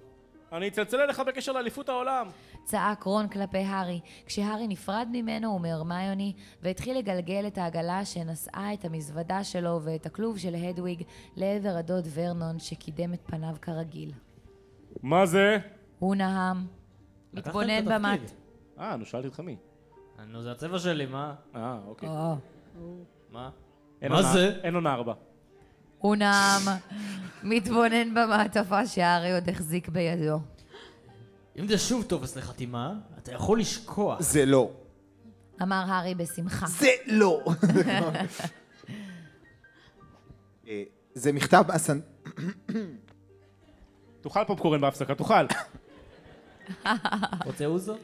[SPEAKER 1] אני אצלצל אליך בקשר לאליפות העולם.
[SPEAKER 3] צעק רון כלפי הארי, כשהארי נפרד ממנו ומהרמיוני, והתחיל לגלגל את העגלה שנשאה את המזוודה שלו ואת הכלוב של הדוויג לעבר הדוד ורנון שקידם את פניו כרגיל.
[SPEAKER 1] מה זה?
[SPEAKER 3] הוא נהם,
[SPEAKER 6] לקחת
[SPEAKER 3] מתבונן
[SPEAKER 6] את התפקיד.
[SPEAKER 3] במט.
[SPEAKER 1] אה, נו, שאלתי אותך מי.
[SPEAKER 6] אה, נו, זה הצבע שלי, מה?
[SPEAKER 1] אה, אוקיי.
[SPEAKER 3] או,
[SPEAKER 6] מה?
[SPEAKER 1] אין
[SPEAKER 6] מה
[SPEAKER 1] עונה-
[SPEAKER 6] זה?
[SPEAKER 1] אין עונה ארבע.
[SPEAKER 3] הוא נהם, מתבונן במעטפה שהארי עוד החזיק בידו.
[SPEAKER 6] אם זה שוב טופס לחתימה, אתה יכול לשכוח.
[SPEAKER 2] זה לא.
[SPEAKER 3] אמר הארי בשמחה.
[SPEAKER 2] זה
[SPEAKER 4] <laughs>
[SPEAKER 2] לא. אה, זה מכתב מהסנ...
[SPEAKER 1] תאכל פופקורן בהפסקה, תאכל.
[SPEAKER 6] רוצה אוזו?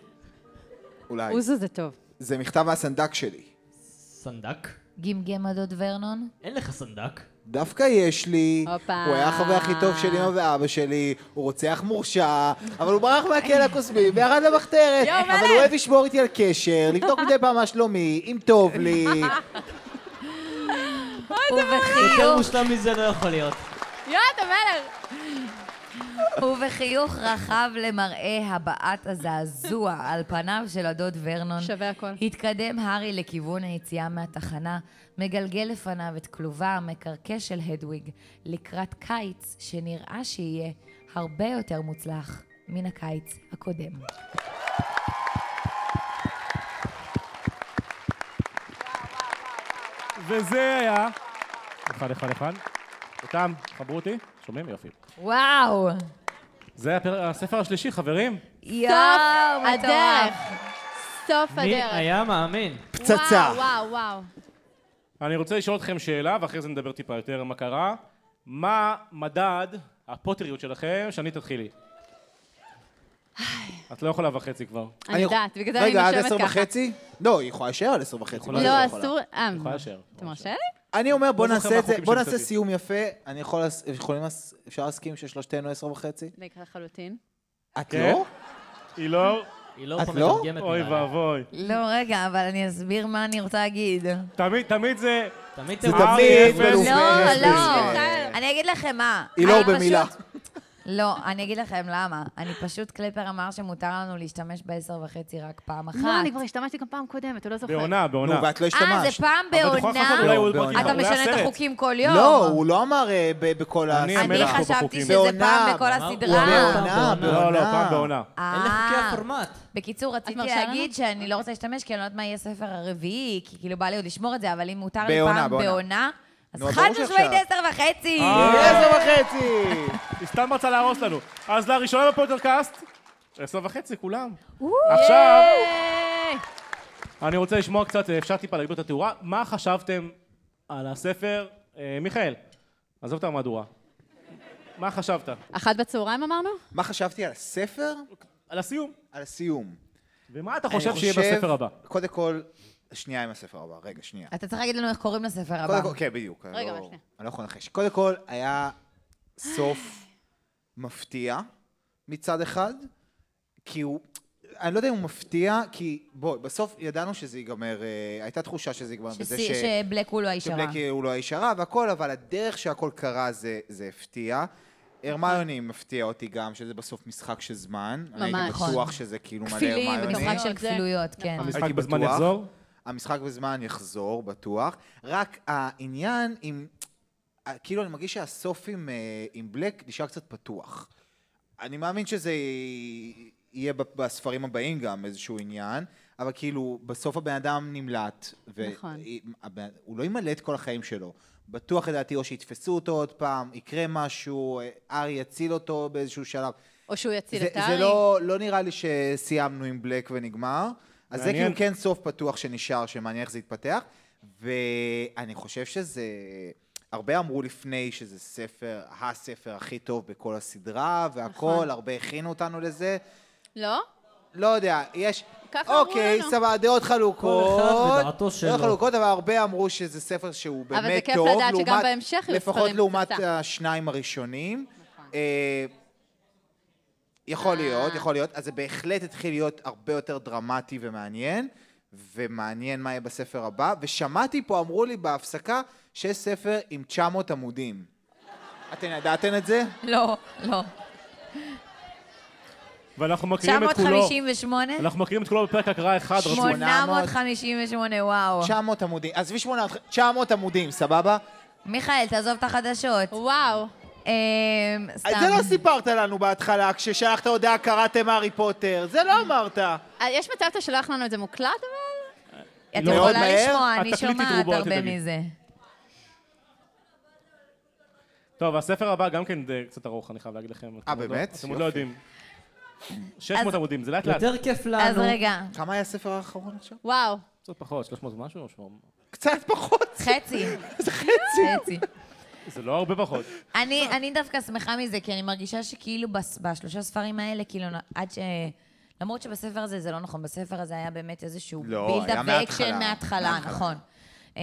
[SPEAKER 2] אולי.
[SPEAKER 4] עוזו זה טוב.
[SPEAKER 2] זה מכתב מהסנדק שלי.
[SPEAKER 6] סנדק?
[SPEAKER 3] גמגם הדוד ורנון,
[SPEAKER 6] אין לך סנדק.
[SPEAKER 3] לא.
[SPEAKER 2] דווקא יש לי,
[SPEAKER 4] הופה.
[SPEAKER 2] הוא היה החבר הכי טוב של אמא ואבא שלי, הוא רוצח מורשע, אבל הוא ברח מהכלא הקוסמי וירד למחתרת,
[SPEAKER 4] יום
[SPEAKER 2] אבל הוא אוהב לשמור איתי על קשר, לבדוק מדי פעם מה שלומי, אם טוב
[SPEAKER 4] <laughs>
[SPEAKER 2] לי.
[SPEAKER 6] יותר
[SPEAKER 3] ובחיוך,
[SPEAKER 6] מושלם מזה לא יכול להיות.
[SPEAKER 4] יואט המלך!
[SPEAKER 3] ובחיוך רחב למראה הבעת הזעזוע על פניו של הדוד ורנון,
[SPEAKER 4] שווה הכל.
[SPEAKER 3] התקדם הארי לכיוון היציאה מהתחנה, מגלגל לפניו את כלובה המקרקע של הדוויג, לקראת קיץ שנראה שיהיה הרבה יותר מוצלח מן הקיץ הקודם.
[SPEAKER 1] וזה היה... אחד, אחד, אחד. אותם, חברו אותי. שומעים? יופי.
[SPEAKER 3] וואו!
[SPEAKER 1] זה היה הפר- הספר השלישי, חברים.
[SPEAKER 3] יואו,
[SPEAKER 4] הדרך.
[SPEAKER 3] מטורף!
[SPEAKER 4] סוף
[SPEAKER 6] מי
[SPEAKER 4] הדרך.
[SPEAKER 6] היה מאמין?
[SPEAKER 2] פצצה.
[SPEAKER 4] וואו, וואו, וואו.
[SPEAKER 1] אני רוצה לשאול אתכם שאלה, ואחרי זה נדבר טיפה יותר מה קרה. מה מדד הפוטריות שלכם? שני תתחילי. את לא יכולה וחצי כבר.
[SPEAKER 4] אני יודעת, בגלל זה אני
[SPEAKER 2] רגע, עד
[SPEAKER 4] נושמת
[SPEAKER 2] עשר
[SPEAKER 4] ככה.
[SPEAKER 2] וחצי? לא, היא יכולה להישאר עד עשר וחצי.
[SPEAKER 1] יכולה
[SPEAKER 2] מה זה
[SPEAKER 4] לא,
[SPEAKER 2] יכולה?
[SPEAKER 4] אסור... אה,
[SPEAKER 1] יכולה להישאר.
[SPEAKER 4] אתה מרשה לי?
[SPEAKER 2] אני אומר, בוא
[SPEAKER 1] לא זוכר
[SPEAKER 2] נעשה את זה,
[SPEAKER 1] מהחוקים
[SPEAKER 2] בוא
[SPEAKER 1] של
[SPEAKER 2] נעשה
[SPEAKER 1] צדיק.
[SPEAKER 2] סיום יפה, אני יכול, להס- יכולים, להס- אפשר להסכים ששלושתנו עשר וחצי?
[SPEAKER 4] לחלוטין.
[SPEAKER 2] את
[SPEAKER 1] כן?
[SPEAKER 2] לא?
[SPEAKER 1] היא לא?
[SPEAKER 6] היא לא יכולה
[SPEAKER 2] לא?
[SPEAKER 6] לתרגמת
[SPEAKER 1] אוי
[SPEAKER 6] מילה.
[SPEAKER 1] ואבוי.
[SPEAKER 3] לא, רגע, אבל אני אסביר מה אני רוצה להגיד.
[SPEAKER 1] תמיד, תמיד זה...
[SPEAKER 6] תמיד
[SPEAKER 2] זה
[SPEAKER 6] תמיד.
[SPEAKER 2] תמיד
[SPEAKER 1] אפס.
[SPEAKER 2] מלוכלך.
[SPEAKER 3] לא, לא,
[SPEAKER 4] בסדר.
[SPEAKER 3] אני אגיד לכם מה.
[SPEAKER 2] היא לא
[SPEAKER 3] אני פשוט-
[SPEAKER 2] במילה.
[SPEAKER 3] לא, אני אגיד לכם למה. אני פשוט, קליפר אמר שמותר לנו להשתמש בעשר וחצי רק פעם אחת.
[SPEAKER 4] לא, אני כבר השתמשתי גם פעם קודמת, הוא לא זוכר.
[SPEAKER 1] בעונה,
[SPEAKER 2] נו,
[SPEAKER 1] בעונה.
[SPEAKER 2] ואת לא
[SPEAKER 3] אה, זה
[SPEAKER 2] השתמשת.
[SPEAKER 3] פעם
[SPEAKER 1] אבל את יכולה
[SPEAKER 3] בעונה?
[SPEAKER 1] לחכות, אולי הוא
[SPEAKER 2] לא,
[SPEAKER 1] בעונה.
[SPEAKER 2] בעונה.
[SPEAKER 3] אתה
[SPEAKER 1] אולי
[SPEAKER 3] משנה את
[SPEAKER 1] הסרט.
[SPEAKER 3] החוקים כל יום.
[SPEAKER 2] לא, הוא לא אמר אה, ב- בכל
[SPEAKER 1] אני
[SPEAKER 2] הסדרה.
[SPEAKER 3] אני
[SPEAKER 1] המלך פה
[SPEAKER 3] חשבתי
[SPEAKER 1] בחוקים.
[SPEAKER 3] שזה פעם
[SPEAKER 2] בעונה,
[SPEAKER 3] בכל
[SPEAKER 6] הוא
[SPEAKER 3] הסדרה.
[SPEAKER 2] בעונה,
[SPEAKER 6] בעונה.
[SPEAKER 1] לא, לא, פעם בעונה.
[SPEAKER 6] אין לך חוקי
[SPEAKER 3] אה,
[SPEAKER 6] הפורמט.
[SPEAKER 3] בקיצור, רציתי
[SPEAKER 4] מרשה
[SPEAKER 3] להגיד שאני לא רוצה להשתמש, כי אני לא יודעת מה יהיה הספר הרביעי, כי כאילו בא לי עוד לשמור את זה, אבל אם מותר לי
[SPEAKER 2] בעונה,
[SPEAKER 3] פעם
[SPEAKER 2] בעונה.
[SPEAKER 3] בעונה, אז
[SPEAKER 2] נו, ברור אה,
[SPEAKER 3] חד משמעית
[SPEAKER 2] שעכשיו.
[SPEAKER 3] עשר וחצי.
[SPEAKER 2] עשר וחצי!
[SPEAKER 1] היא סתם רצה להרוס לנו. אז לראשונה בפוטרקאסט, עשר וחצי כולם.
[SPEAKER 3] וואו.
[SPEAKER 1] עכשיו, אני רוצה לשמוע קצת, אה, אפשר טיפה להגביר את התאורה, מה חשבתם על הספר? אה, מיכאל, עזוב את המהדורה. מה חשבת?
[SPEAKER 4] אחת בצהריים אמרנו?
[SPEAKER 2] <laughs> מה חשבתי על הספר?
[SPEAKER 1] על הסיום.
[SPEAKER 2] על הסיום.
[SPEAKER 1] ומה אתה
[SPEAKER 2] אני
[SPEAKER 1] חושב שיהיה בספר הבא?
[SPEAKER 2] קודם כל, שנייה עם הספר הבא, רגע, שנייה.
[SPEAKER 3] אתה צריך להגיד לנו איך קוראים לספר הבא.
[SPEAKER 2] קודם כל, כן, בדיוק. אני לא-
[SPEAKER 4] רגע, אבל שנייה.
[SPEAKER 2] אני לא יכול לנחש. קודם כל, היה סוף מפתיע מצד אחד, כי הוא... אני לא יודע אם הוא מפתיע, כי בואי, בסוף ידענו שזה ייגמר, אה, הייתה תחושה שזה ייגמר
[SPEAKER 3] שסי-
[SPEAKER 2] בזה ש...
[SPEAKER 3] שבלק הוא לא האיש הרע.
[SPEAKER 2] שבלק הוא לא האיש הרע והכל, אבל הדרך שהכל קרה זה, זה הפתיע. הרמיוני מפתיע אותי גם, שזה בסוף משחק של זמן. ממש. אני הייתי
[SPEAKER 3] נכון.
[SPEAKER 2] בטוח שזה כאילו מלא
[SPEAKER 4] כפילים
[SPEAKER 2] הרמיוני.
[SPEAKER 3] משחק
[SPEAKER 4] זה-
[SPEAKER 3] של כפילויות, כן.
[SPEAKER 4] נכון.
[SPEAKER 1] המשחק
[SPEAKER 2] הייתי
[SPEAKER 1] בזמן
[SPEAKER 2] בטוח.
[SPEAKER 1] יחזור?
[SPEAKER 2] המשחק בזמן יחזור, בטוח. רק העניין עם... אה, כאילו, אני מרגיש שהסוף עם, אה, עם בלק נשאר קצת פתוח. אני מאמין שזה י- יהיה ב- בספרים הבאים גם איזשהו עניין, אבל כאילו, בסוף הבן אדם נמלט. ו-
[SPEAKER 4] נכון.
[SPEAKER 2] הבן- הוא לא ימלט כל החיים שלו. בטוח לדעתי, או שיתפסו אותו עוד פעם, יקרה משהו, אה, ארי יציל אותו באיזשהו שלב.
[SPEAKER 4] או שהוא יציל
[SPEAKER 2] זה,
[SPEAKER 4] את הארי?
[SPEAKER 2] זה לא, לא נראה לי שסיימנו עם בלק ונגמר. אז זה
[SPEAKER 1] מעניין.
[SPEAKER 2] כאילו כן סוף פתוח שנשאר, שמעניין איך זה יתפתח. ואני חושב שזה... הרבה אמרו לפני שזה ספר, הספר הכי טוב בכל הסדרה והכל,
[SPEAKER 4] נכון.
[SPEAKER 2] הרבה הכינו אותנו לזה.
[SPEAKER 4] לא?
[SPEAKER 2] לא יודע, יש...
[SPEAKER 4] ככה אמרו
[SPEAKER 2] אוקיי,
[SPEAKER 4] לנו.
[SPEAKER 2] סבבה, דעות חלוקות.
[SPEAKER 6] ודעתו שלו.
[SPEAKER 2] דעות חלוקות, אבל הרבה אמרו שזה ספר שהוא
[SPEAKER 4] אבל זה
[SPEAKER 2] באמת
[SPEAKER 4] כיף
[SPEAKER 2] טוב.
[SPEAKER 4] לדעת שגם
[SPEAKER 2] לעומת-
[SPEAKER 4] בהמשך יהיו
[SPEAKER 2] לפחות
[SPEAKER 4] ספרים נכון.
[SPEAKER 2] לעומת
[SPEAKER 4] פצצה.
[SPEAKER 2] השניים הראשונים. אה,
[SPEAKER 4] אה.
[SPEAKER 2] יכול להיות, יכול להיות. אז זה בהחלט התחיל להיות הרבה יותר דרמטי ומעניין. ומעניין מה יהיה בספר הבא, ושמעתי פה, אמרו לי בהפסקה, שיש ספר עם 900 עמודים. אתן ידעתן את זה?
[SPEAKER 3] לא, לא.
[SPEAKER 1] ואנחנו מכירים את כולו.
[SPEAKER 3] 958?
[SPEAKER 1] אנחנו מכירים את כולו בפרק הקראה אחד,
[SPEAKER 2] לא
[SPEAKER 1] רצוף.
[SPEAKER 3] 858, וואו.
[SPEAKER 2] 900 עמודים. עזבי 800, 900 עמודים, סבבה?
[SPEAKER 3] מיכאל, תעזוב את החדשות.
[SPEAKER 4] וואו.
[SPEAKER 3] אמ,
[SPEAKER 2] את
[SPEAKER 3] סתם.
[SPEAKER 2] זה לא סיפרת לנו בהתחלה, כששלחת הודעה קראתם הארי פוטר, זה לא אמרת.
[SPEAKER 4] אה, יש מצב שאתה שולח לנו את זה מוקלט, אבל?
[SPEAKER 3] את
[SPEAKER 1] לא,
[SPEAKER 2] מאוד
[SPEAKER 3] יכולה
[SPEAKER 2] מהר,
[SPEAKER 3] לשמוע, אני
[SPEAKER 1] התקליט
[SPEAKER 3] שומעת
[SPEAKER 1] יתרובו, אל
[SPEAKER 3] הרבה
[SPEAKER 1] תדאגי.
[SPEAKER 3] מזה.
[SPEAKER 1] טוב, הספר הבא גם כן אה, קצת ארוך, אני חייב להגיד לכם. אתם עוד לא-
[SPEAKER 2] אה, באמת?
[SPEAKER 1] אתם עוד לא
[SPEAKER 2] יופי.
[SPEAKER 1] יודעים. 600 עמודים, זה לאט לאט.
[SPEAKER 6] יותר כיף
[SPEAKER 2] אה,
[SPEAKER 3] אז
[SPEAKER 6] לנו.
[SPEAKER 3] רגע,
[SPEAKER 2] כמה היה הספר האחרון עכשיו?
[SPEAKER 4] וואו.
[SPEAKER 1] קצת פחות, 300 ומשהו? או 700?
[SPEAKER 2] קצת פחות.
[SPEAKER 3] חצי. חצי.
[SPEAKER 1] זה לא הרבה פחות.
[SPEAKER 3] אני, אני דווקא שמחה מזה, כי אני מרגישה שכאילו בס, בשלושה ספרים האלה, כאילו עד ש... למרות שבספר הזה זה לא נכון, בספר הזה היה באמת איזשהו
[SPEAKER 2] לא,
[SPEAKER 3] בילדאפ
[SPEAKER 2] היה מההתחלה.
[SPEAKER 3] ואקשן מההתחלה,
[SPEAKER 2] מההתחלה.
[SPEAKER 3] נכון. אמ,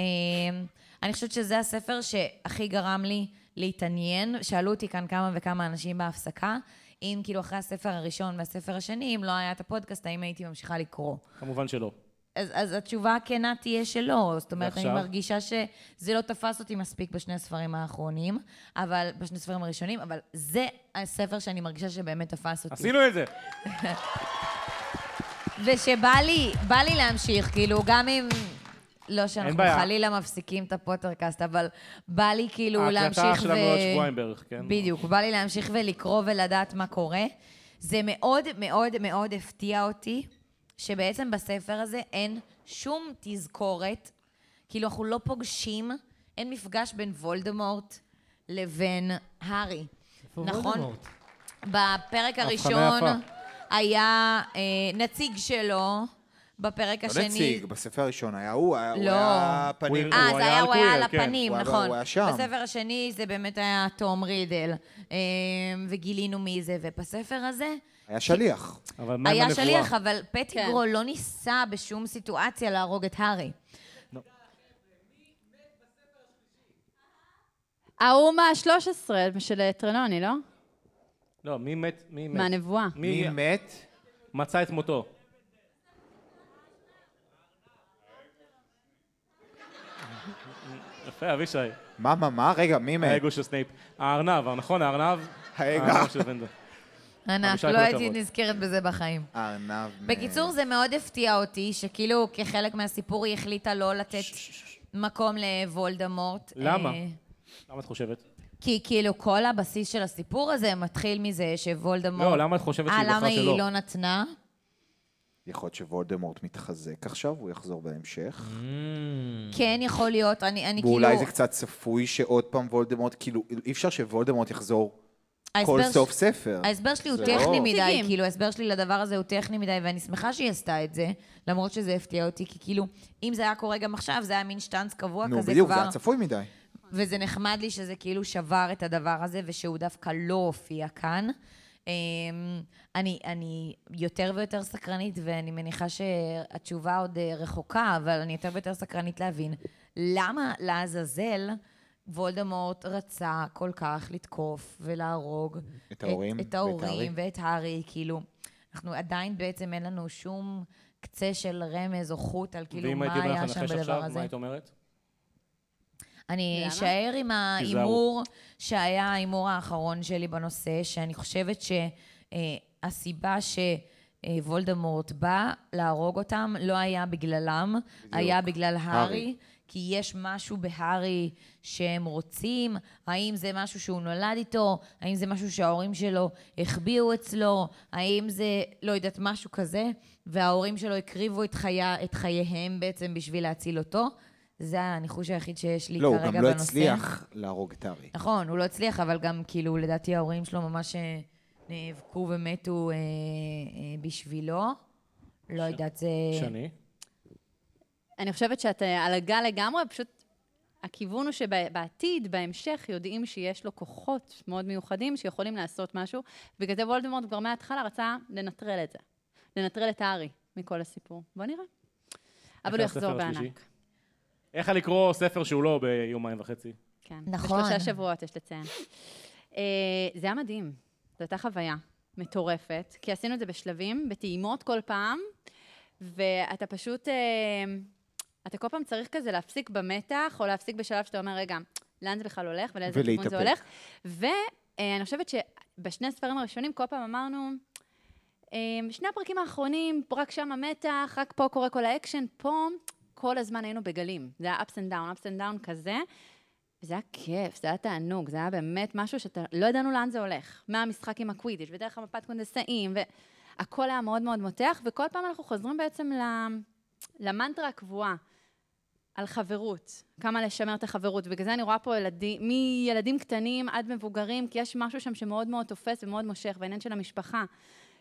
[SPEAKER 3] אני חושבת שזה הספר שהכי גרם לי להתעניין. שאלו אותי כאן כמה וכמה אנשים בהפסקה, אם כאילו אחרי הספר הראשון והספר השני, אם לא היה את הפודקאסט, האם הייתי ממשיכה לקרוא.
[SPEAKER 1] כמובן
[SPEAKER 3] <laughs>
[SPEAKER 1] שלא.
[SPEAKER 3] אז, אז התשובה הכנה תהיה שלא. זאת אומרת, אני
[SPEAKER 1] ועכשיו?
[SPEAKER 3] מרגישה שזה לא תפס אותי מספיק בשני הספרים האחרונים, אבל, בשני הספרים הראשונים, אבל זה הספר שאני מרגישה שבאמת תפס אותי.
[SPEAKER 1] עשינו את זה.
[SPEAKER 3] ושבא לי, בא לי להמשיך, כאילו, גם אם... לא שאנחנו
[SPEAKER 1] בעיה.
[SPEAKER 3] חלילה מפסיקים את הפוטרקאסט, אבל בא לי כאילו להמשיך ו...
[SPEAKER 1] ההקלטה שלנו עוד שבועיים בערך, כן?
[SPEAKER 3] בדיוק, בא לי להמשיך ולקרוא ולדעת מה קורה. זה מאוד מאוד מאוד הפתיע אותי, שבעצם בספר הזה אין שום תזכורת, כאילו אנחנו לא פוגשים, אין מפגש בין וולדמורט לבין הארי. נכון?
[SPEAKER 6] וולדמורט.
[SPEAKER 3] בפרק הראשון
[SPEAKER 1] לא יפה.
[SPEAKER 3] היה אה, נציג שלו, בפרק
[SPEAKER 2] לא
[SPEAKER 3] השני...
[SPEAKER 2] נציג, בספר הראשון היה הוא, היה- הוא
[SPEAKER 3] לא.
[SPEAKER 2] היה פנים.
[SPEAKER 1] הוא
[SPEAKER 3] אה,
[SPEAKER 1] הוא
[SPEAKER 3] זה
[SPEAKER 1] היה
[SPEAKER 3] היה,
[SPEAKER 1] על
[SPEAKER 3] הוא היה על
[SPEAKER 1] קוויר, כן.
[SPEAKER 3] הפנים,
[SPEAKER 2] הוא היה-
[SPEAKER 3] נכון.
[SPEAKER 2] הוא היה שם.
[SPEAKER 3] בספר השני זה באמת היה תום רידל, אה, וגילינו מי זה, ובספר הזה
[SPEAKER 2] היה שליח.
[SPEAKER 1] אבל מה עם
[SPEAKER 3] היה
[SPEAKER 1] הנבואה?
[SPEAKER 3] שליח, אבל פטיגרו
[SPEAKER 4] כן.
[SPEAKER 3] לא ניסה בשום סיטואציה להרוג את הארי.
[SPEAKER 4] ההוא מה-13 של אה, טרלוני, לא?
[SPEAKER 1] לא, מי מת? מי מת?
[SPEAKER 4] מהנבואה.
[SPEAKER 1] מי
[SPEAKER 2] מי מת?
[SPEAKER 1] מצא את מותו? יפה, אבישי.
[SPEAKER 2] מה, מה, מה? רגע, מי מת?
[SPEAKER 1] האגו של סנייפ. הארנב, נכון, הארנב?
[SPEAKER 2] האגו.
[SPEAKER 1] הארנב של ונדו.
[SPEAKER 3] אנחנו
[SPEAKER 1] אבישי,
[SPEAKER 3] לא
[SPEAKER 1] כל
[SPEAKER 3] הייתי
[SPEAKER 1] הכבוד.
[SPEAKER 3] נזכרת בזה בחיים.
[SPEAKER 2] ארנב מת.
[SPEAKER 3] בקיצור, זה מאוד הפתיע אותי, שכאילו כחלק מהסיפור היא החליטה לא לתת מקום לוולדמורט.
[SPEAKER 1] למה?
[SPEAKER 3] אה,
[SPEAKER 1] למה את חושבת?
[SPEAKER 3] כי כאילו כל הבסיס של הסיפור הזה מתחיל מזה שוולדמורט...
[SPEAKER 1] לא, למה את חושבת שהיא
[SPEAKER 3] אה,
[SPEAKER 1] בחרה
[SPEAKER 3] למה
[SPEAKER 1] שלא? Mm.
[SPEAKER 3] היא לא נתנה?
[SPEAKER 2] יכול להיות שוולדמורט מתחזק עכשיו, הוא יחזור בהמשך.
[SPEAKER 3] כן, יכול להיות. אני, אני כאילו...
[SPEAKER 2] ואולי זה קצת צפוי שעוד פעם וולדמורט, כאילו, אי אפשר שוולדמורט יחזור כל
[SPEAKER 3] ההסבר ש-
[SPEAKER 2] סוף ספר.
[SPEAKER 3] ההסבר שלי הוא
[SPEAKER 2] זה
[SPEAKER 3] טכני
[SPEAKER 2] לא-
[SPEAKER 3] מדי,
[SPEAKER 4] מציגים.
[SPEAKER 3] כאילו, ההסבר שלי לדבר הזה הוא טכני מדי, ואני שמחה שהיא עשתה את זה, למרות שזה הפתיע אותי, כי כאילו, אם זה היה קורה גם עכשיו, זה היה מין שטאנץ קבוע
[SPEAKER 2] נו,
[SPEAKER 3] כזה
[SPEAKER 2] בדיוק, זה
[SPEAKER 3] כבר,
[SPEAKER 2] היה צפוי מדי.
[SPEAKER 3] וזה נחמד לי שזה כאילו שבר את הדבר הזה, ושהוא דווקא לא הופיע כאן. אמ, אני, אני יותר ויותר סקרנית, ואני מניחה שהתשובה עוד אה, רחוקה, אבל אני יותר ויותר סקרנית להבין למה לעזאזל וולדמורט רצה כל כך לתקוף ולהרוג
[SPEAKER 2] את ההורים
[SPEAKER 3] את, את
[SPEAKER 2] ואת
[SPEAKER 3] ההורים
[SPEAKER 2] הארי.
[SPEAKER 3] ואת הארי, כאילו, אנחנו עדיין בעצם אין לנו שום קצה של רמז או חוט על כאילו
[SPEAKER 1] ואם
[SPEAKER 3] מה
[SPEAKER 1] הייתי אומר לך
[SPEAKER 3] היה שם
[SPEAKER 1] לנחש
[SPEAKER 3] בדבר
[SPEAKER 1] עכשיו,
[SPEAKER 3] הזה.
[SPEAKER 1] מה היית אומרת?
[SPEAKER 3] אני
[SPEAKER 4] למה?
[SPEAKER 3] אשאר עם
[SPEAKER 1] תיזהרו.
[SPEAKER 3] ההימור שהיה ההימור האחרון שלי בנושא, שאני חושבת אה, שהסיבה שוולדמורט אה, בא להרוג אותם לא היה בגללם, היה בגלל הארי. כי יש משהו בהארי שהם רוצים, האם זה משהו שהוא נולד איתו, האם זה משהו שההורים שלו החביאו אצלו, האם זה, לא יודעת, משהו כזה, וההורים שלו הקריבו את, חיה, את חייהם בעצם בשביל להציל אותו. זה הניחוש היחיד שיש לי
[SPEAKER 2] לא, הוא
[SPEAKER 3] כרגע
[SPEAKER 2] גם
[SPEAKER 3] בנושא.
[SPEAKER 2] לא הצליח להרוג את הארי.
[SPEAKER 3] נכון, הוא לא הצליח, אבל גם כאילו, לדעתי ההורים שלו ממש אה, נאבקו ומתו אה, אה, בשבילו. לא יודעת, זה...
[SPEAKER 1] שני.
[SPEAKER 4] אני חושבת שאת אה, על הגל לגמרי, פשוט הכיוון הוא שבעתיד, בהמשך, יודעים שיש לו כוחות מאוד מיוחדים שיכולים לעשות משהו. בגלל זה וולדמורט כבר מההתחלה רצה לנטרל את זה. לנטרל את הארי מכל הסיפור. בוא נראה. אבל
[SPEAKER 1] איך
[SPEAKER 4] הוא
[SPEAKER 1] הספר
[SPEAKER 4] יחזור
[SPEAKER 1] השלישי?
[SPEAKER 4] בענק.
[SPEAKER 1] איך לקרוא ספר שהוא לא ביומיים וחצי?
[SPEAKER 4] כן.
[SPEAKER 3] נכון.
[SPEAKER 4] בשלושה שבועות, יש לציין. אה, זה היה מדהים. זו הייתה חוויה מטורפת, כי עשינו את זה בשלבים, בטעימות כל פעם, ואתה פשוט, אה, אתה כל פעם צריך כזה להפסיק במתח, או להפסיק בשלב שאתה אומר, רגע, לאן זה בכלל הולך, ולאיזה כיוון זה
[SPEAKER 2] ולהתאפק.
[SPEAKER 4] הולך. ואני חושבת שבשני הספרים הראשונים, כל פעם אמרנו, אה, שני הפרקים האחרונים, רק שם המתח, רק פה קורה כל האקשן, פה כל הזמן היינו בגלים. זה היה ups and down, ups and down כזה. זה היה כיף, זה היה תענוג, זה היה באמת משהו שאתה, לא ידענו לאן זה הולך. מהמשחק עם הקווידיץ', ודרך המפת קונדסאים, והכל היה מאוד מאוד מותח, וכל פעם אנחנו חוזרים בעצם ל- למנטרה הקבועה, על חברות, כמה לשמר את החברות. בגלל זה אני רואה פה ילדים, מילדים קטנים עד מבוגרים, כי יש משהו שם שמאוד מאוד תופס ומאוד מושך, בעניין של המשפחה.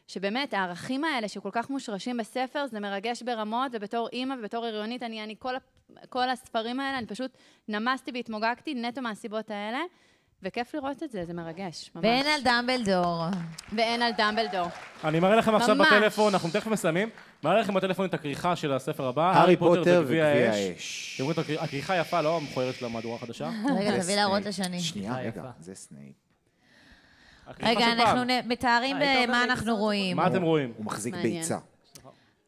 [SPEAKER 4] שבאמת, הערכים האלה שכל כך מושרשים בספר, זה מרגש ברמות, ובתור אימא ובתור הריונית, אני, אני כל, ה- כל הספרים האלה, אני פשוט נמסתי והתמוגגתי נטו מהסיבות האלה, וכיף לראות את זה, זה מרגש, ממש.
[SPEAKER 3] ואין על
[SPEAKER 1] <laughs>
[SPEAKER 3] דמבלדור.
[SPEAKER 4] ואין על דמבלדור.
[SPEAKER 1] אני מראה לכם עכשיו
[SPEAKER 4] ממש.
[SPEAKER 1] בטלפון, אנחנו תכף מסיימים, מראה לכם בטלפון את הכריכה של הספר הבא,
[SPEAKER 2] הארי פוטר וגביע האש.
[SPEAKER 1] אתם רואים את הכריכה- הכריכה יפה, לא המכוערת של המהדורה החדשה?
[SPEAKER 3] רגע,
[SPEAKER 2] זה
[SPEAKER 3] תביא להראות
[SPEAKER 2] סנייפ.
[SPEAKER 3] לשני.
[SPEAKER 2] שנייה,
[SPEAKER 6] יפה.
[SPEAKER 2] רגע, זה סנייפ.
[SPEAKER 1] הכריכה של
[SPEAKER 3] רגע,
[SPEAKER 1] פעם.
[SPEAKER 3] אנחנו נ- מתארים
[SPEAKER 6] אה, היית
[SPEAKER 3] מה
[SPEAKER 6] אומר
[SPEAKER 3] אנחנו רואים.
[SPEAKER 1] מה אתם רואים?
[SPEAKER 2] הוא מחזיק
[SPEAKER 4] מעניין.
[SPEAKER 2] ביצה.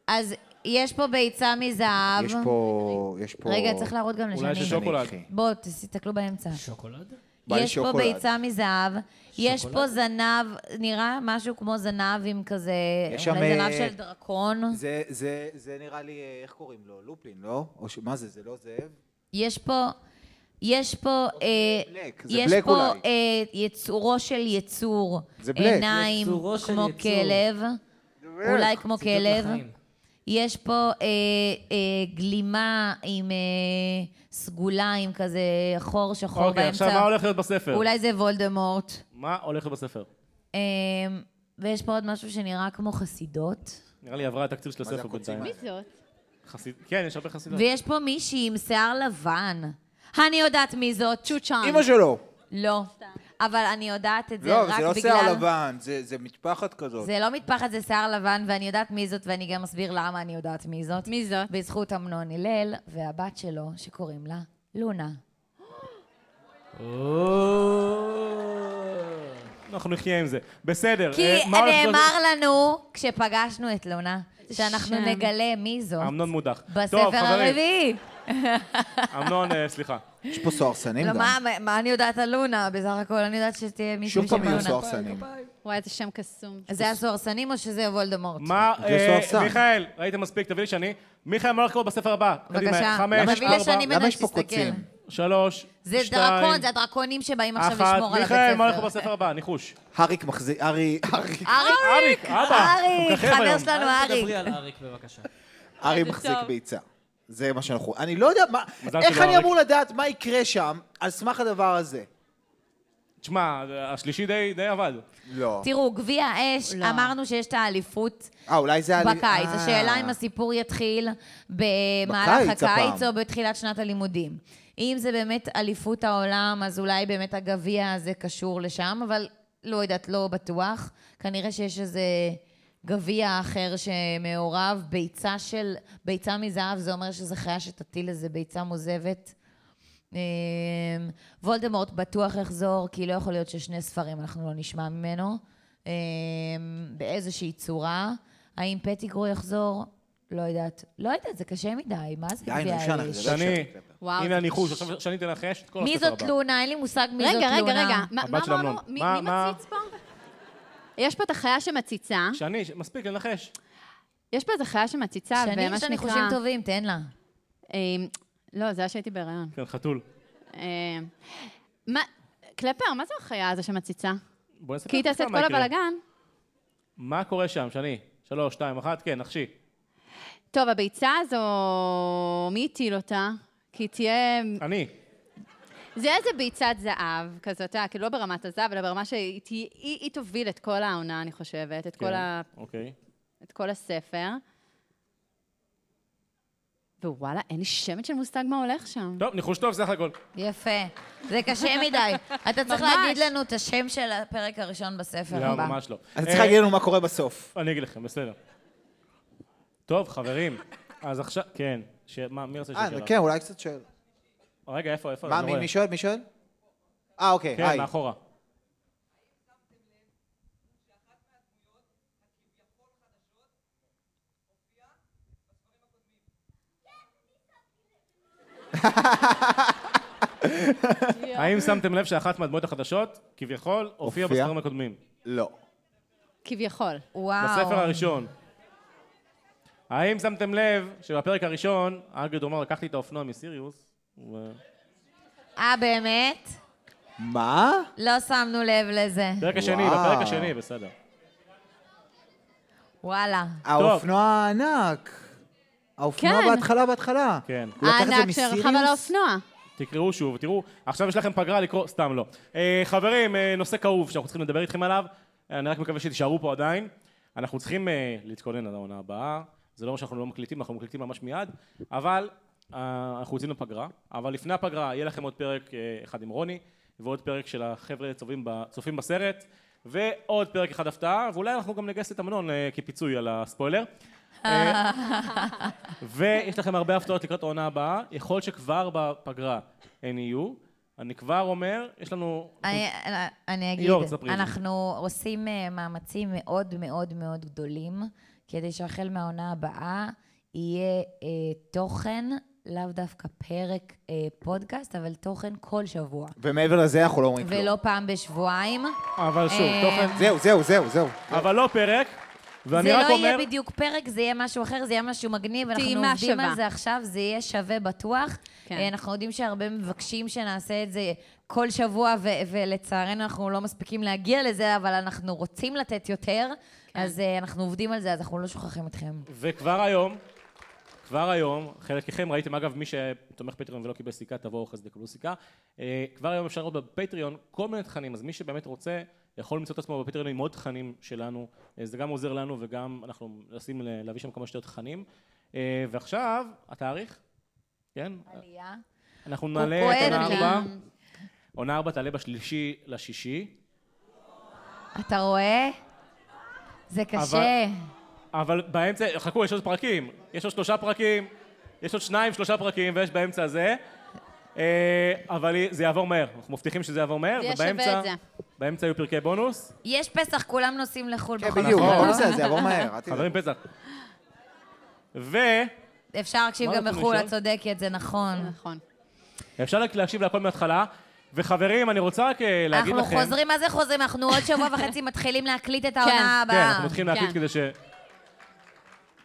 [SPEAKER 3] אז יש פה ביצה מזהב.
[SPEAKER 2] יש פה... יש פה...
[SPEAKER 3] רגע, צריך להראות גם
[SPEAKER 1] אולי יש
[SPEAKER 3] לשני.
[SPEAKER 1] שוקולד.
[SPEAKER 3] בואו, תסתכלו באמצע.
[SPEAKER 6] שוקולד?
[SPEAKER 2] בא לי
[SPEAKER 3] יש פה
[SPEAKER 2] שוקולד.
[SPEAKER 3] ביצה מזהב, יש
[SPEAKER 6] שוקולד?
[SPEAKER 3] פה זנב, נראה משהו כמו זנב עם כזה,
[SPEAKER 2] יש שם,
[SPEAKER 3] אולי זנב
[SPEAKER 2] אה,
[SPEAKER 3] של דרקון.
[SPEAKER 2] זה, זה, זה נראה לי, אה, איך קוראים לו? לופלין, לא? או ש... מה זה? זה לא זאב?
[SPEAKER 3] יש פה, יש פה, אה,
[SPEAKER 2] בלק, זה
[SPEAKER 3] יש
[SPEAKER 2] בלק
[SPEAKER 3] פה
[SPEAKER 2] אולי.
[SPEAKER 3] אה, יצורו של יצור.
[SPEAKER 2] זה בלק.
[SPEAKER 3] עיניים
[SPEAKER 6] יצורו של
[SPEAKER 3] כמו
[SPEAKER 6] יצור.
[SPEAKER 3] כלב, אולי כמו
[SPEAKER 6] ציטוט
[SPEAKER 3] כלב.
[SPEAKER 6] לחיים.
[SPEAKER 3] יש פה אה, אה, גלימה עם אה, סגולה, עם כזה חור שחור
[SPEAKER 1] אוקיי, עכשיו מה
[SPEAKER 3] באמצע.
[SPEAKER 1] הולך להיות בספר?
[SPEAKER 3] אולי זה וולדמורט.
[SPEAKER 1] מה הולך להיות בספר?
[SPEAKER 3] אה, ויש פה עוד משהו שנראה כמו חסידות.
[SPEAKER 1] נראה לי עברה התקציב של
[SPEAKER 2] מה זה
[SPEAKER 1] הספר
[SPEAKER 2] הקוצים
[SPEAKER 1] בינתיים.
[SPEAKER 4] מי זאת?
[SPEAKER 1] חסיד... כן, יש הרבה חסידות.
[SPEAKER 3] ויש פה מישהי עם שיער לבן. אני יודעת מי זאת. צ'וצ'אן.
[SPEAKER 2] אמא שלו.
[SPEAKER 3] לא. אבל אני יודעת את אה. זה
[SPEAKER 2] לא,
[SPEAKER 3] רק
[SPEAKER 2] זה לא
[SPEAKER 3] בגלל...
[SPEAKER 2] שיער לבן, זה, זה מטפחת כזאת.
[SPEAKER 3] זה לא מטפחת, זה שיער לבן, ואני יודעת מי זאת, ואני גם אסביר למה אני יודעת מי זאת.
[SPEAKER 4] מי זאת?
[SPEAKER 3] בזכות אמנון הלל והבת שלו, שקוראים לה לונה.
[SPEAKER 1] אנחנו נחיה עם זה. בסדר.
[SPEAKER 3] כי
[SPEAKER 1] אה, מה הולך להיות-
[SPEAKER 3] נאמר לנו, כשפגשנו את לונה, שאנחנו
[SPEAKER 4] שם.
[SPEAKER 3] נגלה מי זאת
[SPEAKER 1] אמנון מודח. אמ- טוב,
[SPEAKER 3] בספר
[SPEAKER 1] חברים,
[SPEAKER 3] הרביעי.
[SPEAKER 1] אמנון, אה, סליחה.
[SPEAKER 2] יש פה סוהרסנים
[SPEAKER 3] לא,
[SPEAKER 2] גם.
[SPEAKER 3] מה- מה- מה אני יודעת על לונה? בסך הכל אני יודעת שתהיה מישהו
[SPEAKER 2] שוב
[SPEAKER 3] בשם
[SPEAKER 2] פעם יהיו
[SPEAKER 3] לונה.
[SPEAKER 2] סוהרסנים.
[SPEAKER 4] וואי, איזה שם קסום.
[SPEAKER 3] זה הסוהרסנים או שזה וולדמורט?
[SPEAKER 1] מה,
[SPEAKER 2] זה
[SPEAKER 1] אה,
[SPEAKER 2] סוהרסן.
[SPEAKER 1] מיכאל, ראיתם מספיק, תביא לי שאני. מיכאל, מה הולך לקרות בספר הבא?
[SPEAKER 3] בבקשה.
[SPEAKER 1] קדימה, חמש,
[SPEAKER 3] תביא לי שאני
[SPEAKER 1] ארבע,
[SPEAKER 3] מנ-
[SPEAKER 2] למה יש פה
[SPEAKER 3] תסתכל.
[SPEAKER 2] קוצים?
[SPEAKER 1] שלוש,
[SPEAKER 3] זה דרקון,
[SPEAKER 1] שתיים,
[SPEAKER 3] זה הדרקונים שבאים עכשיו
[SPEAKER 1] אחת.
[SPEAKER 3] לשמור על הבית
[SPEAKER 1] מיכאל, מה הולך לקרות
[SPEAKER 3] הספר.
[SPEAKER 1] בספר הבא? ניחוש.
[SPEAKER 2] האריק מחזיק... הארי... הארי-
[SPEAKER 3] אריק,
[SPEAKER 1] אריק, אבא. הוא
[SPEAKER 3] אריק,
[SPEAKER 1] מככב
[SPEAKER 3] חבר
[SPEAKER 1] היום.
[SPEAKER 3] שלנו
[SPEAKER 6] אל
[SPEAKER 3] אריק.
[SPEAKER 6] אה, תדברי על אריק
[SPEAKER 3] <laughs>
[SPEAKER 6] בבקשה.
[SPEAKER 2] הארי
[SPEAKER 4] זה
[SPEAKER 2] מחזיק
[SPEAKER 4] טוב.
[SPEAKER 2] ביצה. זה מה שאנחנו... אני לא יודע מה...
[SPEAKER 1] מזל
[SPEAKER 2] איך
[SPEAKER 1] שלא
[SPEAKER 2] אני
[SPEAKER 1] האריק.
[SPEAKER 2] אמור לדעת מה יקרה שם על סמך הדבר הזה?
[SPEAKER 1] תשמע, השלישי די די עבד.
[SPEAKER 2] לא.
[SPEAKER 3] תראו, גביע האש,
[SPEAKER 4] לא.
[SPEAKER 3] אמרנו שיש את האליפות
[SPEAKER 2] אה, אולי זה... היה לי-
[SPEAKER 3] בקיץ.
[SPEAKER 2] אה.
[SPEAKER 3] השאלה אם הסיפור יתחיל במהלך
[SPEAKER 2] בקיץ
[SPEAKER 3] הקיץ
[SPEAKER 2] הפעם.
[SPEAKER 3] או בתחילת שנת הלימודים. אם זה באמת אליפות העולם, אז אולי באמת הגביע הזה קשור לשם, אבל לא יודעת, לא בטוח. כנראה שיש איזה גביע אחר שמעורב. ביצה של... ביצה מזהב, זה אומר שזה חיה שתטיל איזה ביצה מוזבת. אמ, וולדמורט בטוח יחזור, כי לא יכול להיות ששני ספרים אנחנו לא נשמע ממנו, אמ, באיזושהי צורה. האם פטיגרו יחזור? לא יודעת. לא יודעת, זה קשה מדי, מה זה
[SPEAKER 2] די, נו,
[SPEAKER 3] גביע
[SPEAKER 2] אפשר,
[SPEAKER 3] האש?
[SPEAKER 2] זה לא
[SPEAKER 1] שני,
[SPEAKER 2] אפשר.
[SPEAKER 4] וואו.
[SPEAKER 1] הנה הניחוש, עכשיו שאני תנחש את כל
[SPEAKER 3] מי
[SPEAKER 1] הספר
[SPEAKER 3] זאת
[SPEAKER 1] הבא.
[SPEAKER 3] לונה? אין לי מושג מי זאת
[SPEAKER 4] רגע,
[SPEAKER 3] לונה.
[SPEAKER 4] רגע, רגע, מה
[SPEAKER 1] הבת
[SPEAKER 4] מה
[SPEAKER 1] של
[SPEAKER 4] אמרנו?
[SPEAKER 1] אמנון.
[SPEAKER 4] מי
[SPEAKER 1] מה-
[SPEAKER 4] מי
[SPEAKER 1] מה-
[SPEAKER 4] מציץ פה? יש פה את החיה שמציצה,
[SPEAKER 1] שני, ש- מספיק, לנחש.
[SPEAKER 4] יש פה איזה חיה שמציצה,
[SPEAKER 3] שני,
[SPEAKER 4] ומה
[SPEAKER 3] יש לנו חושים
[SPEAKER 4] שנקרא...
[SPEAKER 3] טובים, תן לה.
[SPEAKER 4] אה, לא, זה היה שהייתי בהיריון.
[SPEAKER 1] כן, חתול.
[SPEAKER 4] אה, מה... קלפר, מה זו החיה הזו שמציצה?
[SPEAKER 1] בוא נספר
[SPEAKER 4] כי היא
[SPEAKER 1] לך
[SPEAKER 4] תעשה את
[SPEAKER 1] מה
[SPEAKER 4] כל
[SPEAKER 1] יקרה.
[SPEAKER 4] הבלגן.
[SPEAKER 1] מה קורה שם, שני? שלוש, שתיים, אחת, כן, נחשי.
[SPEAKER 4] טוב, הביצה הזו, מי הטיל אותה? כי תהיה...
[SPEAKER 1] אני. כן.
[SPEAKER 4] זה איזה ביצת זהב כזאת, אתה יודע, כאילו לא ברמת הזהב, אלא ברמה שהיא תה- היא- היא תוביל את כל העונה, אני חושבת, את כל
[SPEAKER 1] כן,
[SPEAKER 4] ה-
[SPEAKER 1] אוקיי.
[SPEAKER 4] את כל הספר. ווואלה, אין לי שמץ של מושג מה הולך שם.
[SPEAKER 1] טוב, ניחוש טוב, סך הכל.
[SPEAKER 3] יפה. זה קשה <laughs> מדי. אתה צריך
[SPEAKER 4] ממש.
[SPEAKER 3] להגיד לנו את השם של הפרק הראשון בספר
[SPEAKER 1] לא,
[SPEAKER 3] הבא.
[SPEAKER 1] ממש לא.
[SPEAKER 2] אז
[SPEAKER 1] אה,
[SPEAKER 2] צריך להגיד לנו מה קורה בסוף.
[SPEAKER 1] אני אגיד לכם, בסדר. טוב, חברים, אז עכשיו, כן. ש- מה, מי רוצה
[SPEAKER 2] אה,
[SPEAKER 1] שישאל?
[SPEAKER 2] כן, אולי קצת שואל.
[SPEAKER 1] רגע, איפה, איפה?
[SPEAKER 2] מה,
[SPEAKER 1] אני לא
[SPEAKER 2] מי
[SPEAKER 1] רואה.
[SPEAKER 2] מי שואל? מי שואל? אה, אוקיי,
[SPEAKER 1] כן,
[SPEAKER 2] היי.
[SPEAKER 1] מאחורה. האם שמתם לב שאחת מהדמויות החדשות, כביכול, הופיעה
[SPEAKER 2] הופיעה?
[SPEAKER 1] בספרים הקודמים?
[SPEAKER 2] לא.
[SPEAKER 4] כביכול.
[SPEAKER 3] וואו.
[SPEAKER 1] בספר הראשון. האם שמתם לב שבפרק הראשון, אגד אומר, לקחתי את האופנוע מסיריוס, ו-
[SPEAKER 3] אה, באמת?
[SPEAKER 2] מה?
[SPEAKER 3] לא שמנו לב לזה.
[SPEAKER 1] בפרק השני,
[SPEAKER 2] וואו.
[SPEAKER 1] בפרק השני, בסדר.
[SPEAKER 3] וואלה.
[SPEAKER 2] האופנוע הענק. האופנוע
[SPEAKER 4] כן.
[SPEAKER 2] בהתחלה בהתחלה.
[SPEAKER 1] כן.
[SPEAKER 2] הוא לקח את זה
[SPEAKER 4] הענק שרכב על
[SPEAKER 2] מסיריוס?
[SPEAKER 4] האופנוע.
[SPEAKER 1] תקראו שוב, תראו, עכשיו יש לכם פגרה לקרוא, סתם לא. אה, חברים, אה, נושא כאוב שאנחנו צריכים לדבר איתכם עליו, אה, אני רק מקווה שתישארו פה עדיין. אנחנו צריכים אה, להתכונן על העונה הבאה, זה לא אומר שאנחנו לא מקליטים, אנחנו מקליטים ממש מיד, אבל אה, אנחנו יוצאים לפגרה, אבל לפני הפגרה יהיה לכם עוד פרק אה, אחד עם רוני, ועוד פרק של החבר'ה צופים, ב, צופים בסרט, ועוד פרק אחד הפתעה, ואולי אנחנו גם נגייס את אמנון אה, כפיצוי על הספוילר. אה, ויש לכם הרבה הפתעות לקראת העונה הבאה, יכול שכבר בפגרה הן יהיו. אני כבר אומר, יש לנו...
[SPEAKER 3] אני- אני אגיד,
[SPEAKER 1] ליאור, תספרי את זה.
[SPEAKER 3] אנחנו עושים אה, מאמצים מאוד מאוד מאוד גדולים, כדי שהחל מהעונה הבאה יהיה אה, תוכן, לאו דווקא פרק אה, פודקאסט, אבל תוכן כל שבוע.
[SPEAKER 2] ומעבר לזה אנחנו לא אומרים כלום.
[SPEAKER 3] ולא פעם בשבועיים.
[SPEAKER 1] אבל שוב,
[SPEAKER 3] אה,
[SPEAKER 1] תוכן,
[SPEAKER 2] זהו, זהו, זהו, זהו.
[SPEAKER 1] אבל לא פרק, ואני
[SPEAKER 3] זה
[SPEAKER 1] רק
[SPEAKER 3] לא
[SPEAKER 1] אומר...
[SPEAKER 3] יהיה בדיוק פרק, זה יהיה משהו אחר, זה יהיה משהו מגניב, אנחנו
[SPEAKER 4] טעימה
[SPEAKER 3] עובדים
[SPEAKER 4] שווה.
[SPEAKER 3] על זה עכשיו, זה יהיה שווה בטוח.
[SPEAKER 4] כן.
[SPEAKER 3] אה, אנחנו יודעים שהרבה מבקשים שנעשה את זה כל שבוע, ו- ולצערנו אנחנו לא מספיקים להגיע לזה, אבל אנחנו רוצים לתת יותר,
[SPEAKER 4] כן.
[SPEAKER 3] אז אה, אנחנו עובדים על זה, אז אנחנו לא שוכחים אתכם.
[SPEAKER 1] וכבר היום, כבר היום, חלקכם ראיתם, אגב, מי שתומך פטריון ולא קיבל סיכה, תבואו אחרי זה תקבלו סיכה. אה, כבר היום אפשר לראות בפטריון כל מיני תכנים, אז מי שבאמת רוצה, יכול למצוא את עצמו בפטריון עם עוד תכנים שלנו. אה, זה גם עוזר לנו וגם אנחנו מנסים ל- להביא שם כמה שיותר תכנים. אה, ועכשיו, התאריך, כן?
[SPEAKER 3] עלייה.
[SPEAKER 1] אנחנו
[SPEAKER 3] הוא
[SPEAKER 1] נעלה את
[SPEAKER 3] פועל
[SPEAKER 1] עונה
[SPEAKER 3] גם.
[SPEAKER 1] ארבע. עונה ארבע תעלה בשלישי לשישי.
[SPEAKER 3] אתה רואה? זה קשה.
[SPEAKER 1] אבל- אבל באמצע, חכו, יש עוד פרקים. יש עוד שלושה פרקים, יש עוד שניים, שלושה פרקים, ויש באמצע הזה. אה, אבל זה יעבור מהר, אנחנו מבטיחים שזה יעבור מהר,
[SPEAKER 4] זה יהיה שווה
[SPEAKER 1] ובאמצע
[SPEAKER 4] את זה.
[SPEAKER 1] באמצע יהיו פרקי בונוס.
[SPEAKER 3] יש פסח, כולם נוסעים לחו"ל
[SPEAKER 2] כן,
[SPEAKER 3] בכל
[SPEAKER 2] בדיוק,
[SPEAKER 3] מקרה,
[SPEAKER 2] הכל
[SPEAKER 3] לא?
[SPEAKER 2] בסדר, זה יעבור מהר. אל תדאג.
[SPEAKER 1] נכון. חברים, פסח.
[SPEAKER 3] אפשר להקשיב
[SPEAKER 1] מה
[SPEAKER 3] גם
[SPEAKER 1] רצינו
[SPEAKER 3] בחו"ל,
[SPEAKER 1] לשאול?
[SPEAKER 3] את צודקת, זה נכון.
[SPEAKER 4] נכון.
[SPEAKER 1] ואפשר להקשיב להכל מההתחלה. וחברים, אני רוצה רק אה, להגיד
[SPEAKER 3] אנחנו
[SPEAKER 1] לכם...
[SPEAKER 3] חוזרים, מה זה חוזרים? אנחנו עוד שבוע וחצי מתחילים להקליט את
[SPEAKER 4] כן,
[SPEAKER 3] העונה
[SPEAKER 1] כן,
[SPEAKER 3] הבאה.
[SPEAKER 1] אנחנו מתחילים להקליט
[SPEAKER 4] כן.
[SPEAKER 1] כדי ש...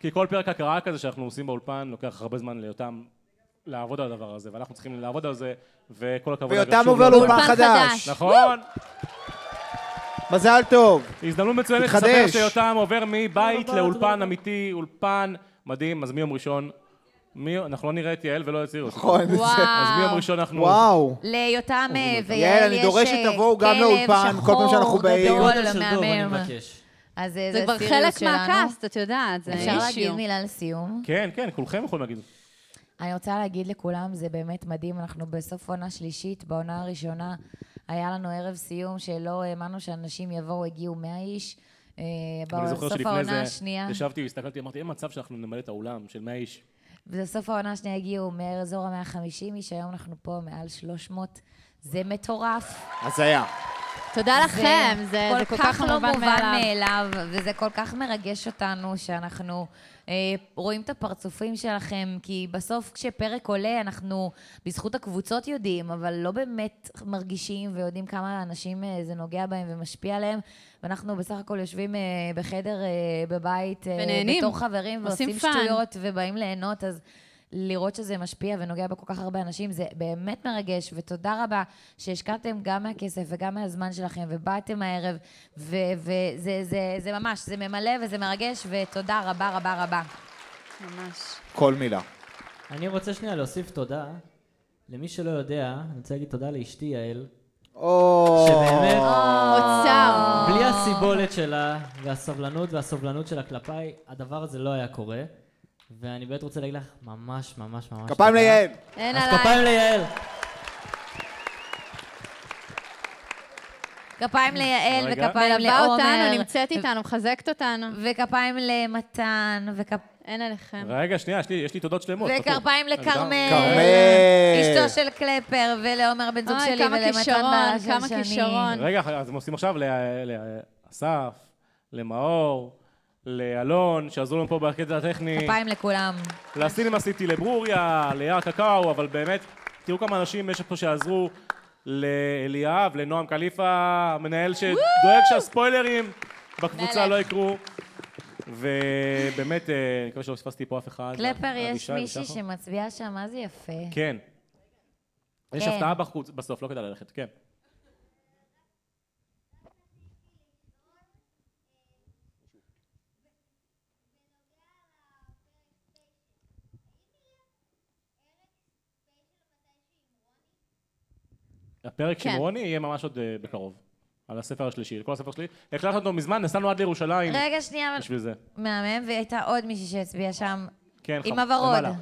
[SPEAKER 1] כי כל פרק הקראה כזה שאנחנו עושים באולפן, לוקח הרבה זמן ליותם לעבוד על הדבר הזה, ואנחנו צריכים לעבוד על זה, וכל הכבוד... אגב,
[SPEAKER 2] ויותם
[SPEAKER 1] שוב, לא.
[SPEAKER 2] עובר
[SPEAKER 1] לאולפן.
[SPEAKER 2] לאולפן
[SPEAKER 4] אולפן
[SPEAKER 2] חדש.
[SPEAKER 4] חדש.
[SPEAKER 1] נכון,
[SPEAKER 2] מזל טוב.
[SPEAKER 1] הזדמנות מצוינת
[SPEAKER 2] התחדש.
[SPEAKER 1] לספר שיותם עובר מבית לאולפן אמיתי, אולפן מדהים, אז מיום ראשון, מי- אנחנו לא נראה את יעל ולא את סירוס.
[SPEAKER 2] נכון. זה-
[SPEAKER 1] אז מיום
[SPEAKER 3] וואו.
[SPEAKER 1] ראשון אנחנו...
[SPEAKER 2] וואו.
[SPEAKER 3] ליותם אה,
[SPEAKER 2] יעל,
[SPEAKER 3] ויעל
[SPEAKER 2] אני
[SPEAKER 3] יש
[SPEAKER 2] דורש
[SPEAKER 3] אה,
[SPEAKER 2] שתבואו גם
[SPEAKER 3] כלב
[SPEAKER 2] לאולפן, כל פעם שאנחנו
[SPEAKER 3] שחור
[SPEAKER 2] באים.
[SPEAKER 6] גודל
[SPEAKER 3] גדול,
[SPEAKER 6] של דוב, אני
[SPEAKER 3] לא מהמם.
[SPEAKER 6] מבקש.
[SPEAKER 3] אז אה,
[SPEAKER 4] זה כבר חלק מהקאסט, את יודעת, זה
[SPEAKER 3] אפשר להגיד
[SPEAKER 4] אישיו.
[SPEAKER 3] מילה לסיום?
[SPEAKER 1] כן, כן, כולכם יכולים להגיד.
[SPEAKER 3] אני רוצה להגיד לכולם, זה באמת מדהים, אנחנו בסוף עונה שלישית, בעונה הראשונה היה לנו ערב סיום שלא האמנו שאנשים יבואו, הגיעו 100 איש. אה,
[SPEAKER 1] אני זוכר
[SPEAKER 3] בסוף
[SPEAKER 1] שלפני
[SPEAKER 3] העונה
[SPEAKER 1] זה
[SPEAKER 3] השנייה,
[SPEAKER 1] ישבתי והסתכלתי, אמרתי, אין מצב שאנחנו נמלא את האולם של 100 איש.
[SPEAKER 3] בסוף העונה השנייה הגיעו מאזור ה-150 איש, היום אנחנו פה מעל 300. זה מטורף.
[SPEAKER 2] הזיה.
[SPEAKER 4] תודה לכם, זה זה כל כך
[SPEAKER 3] לא
[SPEAKER 4] מובן
[SPEAKER 3] מובן
[SPEAKER 4] מאליו.
[SPEAKER 3] מאליו, וזה כל כך מרגש אותנו שאנחנו אה, רואים את הפרצופים שלכם, כי בסוף כשפרק עולה, אנחנו בזכות הקבוצות יודעים, אבל לא באמת מרגישים ויודעים כמה אנשים אה, זה נוגע בהם ומשפיע עליהם, ואנחנו בסך הכל יושבים אה, בחדר אה, בבית, אה,
[SPEAKER 4] ונהנים.
[SPEAKER 3] בתור חברים,
[SPEAKER 4] עושים
[SPEAKER 3] ועושים
[SPEAKER 4] פאן.
[SPEAKER 3] שטויות ובאים ליהנות, אז... לראות שזה משפיע ונוגע בכל כך הרבה אנשים, זה באמת מרגש, ותודה רבה שהשקעתם גם מהכסף וגם מהזמן שלכם, ובאתם הערב, וזה ו- זה, זה, זה ממש, זה ממלא וזה מרגש, ותודה רבה רבה רבה.
[SPEAKER 4] ממש.
[SPEAKER 2] כל מילה.
[SPEAKER 6] אני רוצה שנייה להוסיף תודה. למי שלא יודע, אני רוצה להגיד תודה לאשתי יעל,
[SPEAKER 2] או...
[SPEAKER 6] שבאמת,
[SPEAKER 4] אוצר.
[SPEAKER 6] בלי הסיבולת שלה, והסבלנות והסובלנות שלה כלפיי, הדבר הזה לא היה קורה. ואני באמת רוצה להגיד לך ממש ממש ממש
[SPEAKER 2] כפיים
[SPEAKER 6] תודה.
[SPEAKER 2] ליעל.
[SPEAKER 4] אין
[SPEAKER 6] אז
[SPEAKER 4] עליי.
[SPEAKER 6] כפיים ליעל.
[SPEAKER 3] כפיים ליעל
[SPEAKER 1] רגע.
[SPEAKER 3] וכפיים
[SPEAKER 4] מלווה
[SPEAKER 3] לעומר.
[SPEAKER 4] אותנו, נמצאת איתנו, מחזקת אותנו.
[SPEAKER 3] וכפיים למתן, וכפ...
[SPEAKER 4] אין עליכם.
[SPEAKER 1] רגע, שנייה, יש לי- יש לי תודות שלמות. חכו.
[SPEAKER 3] וכרפיים
[SPEAKER 1] אני
[SPEAKER 3] כן. לכרמל.
[SPEAKER 2] כרמל.
[SPEAKER 3] אשתו של קלפר, ולעומר בן זוג
[SPEAKER 4] אוי,
[SPEAKER 3] שלי,
[SPEAKER 4] כמה
[SPEAKER 3] ולמתן
[SPEAKER 4] כישרון,
[SPEAKER 3] בעלה של שני.
[SPEAKER 4] כמה כישרון.
[SPEAKER 1] רגע, אז הם עושים עכשיו ל- לאסף, למאור, לאלון, שעזרו לנו פה בקטע הטכני,
[SPEAKER 3] כפיים לכולם.
[SPEAKER 1] לסינמה סיטי, לברוריה, ליער קקאו, אבל באמת, תראו כמה אנשים יש פה שעזרו, לאליאב, לנועם קליפה, המנהל שדואג שהספוילרים בקבוצה
[SPEAKER 4] מלך.
[SPEAKER 1] לא יקרו. ובאמת, אה, אני מקווה שלא פספסתי פה אף אחד.
[SPEAKER 3] קלפר, יש
[SPEAKER 1] אבישי
[SPEAKER 3] מישהי
[SPEAKER 1] ושחר.
[SPEAKER 3] שמצביעה שם, מה זה יפה.
[SPEAKER 1] נכון? כן. יש
[SPEAKER 3] כן.
[SPEAKER 1] הפתעה בחוץ, בסוף, לא כדאי ללכת, כן. הפרק
[SPEAKER 4] כן.
[SPEAKER 1] של רוני יהיה ממש עוד אה, בקרוב, על הספר השלישי, כל הספר שלי. הקלטנו אותו מזמן, נסענו עד לירושלים
[SPEAKER 3] רגע, שנייה, אבל...
[SPEAKER 1] בשביל זה.
[SPEAKER 3] מהמם, והייתה עוד מישהי שהצביעה שם.
[SPEAKER 1] כן,
[SPEAKER 3] עם
[SPEAKER 1] חם-
[SPEAKER 3] הוורוד.
[SPEAKER 1] למעלה.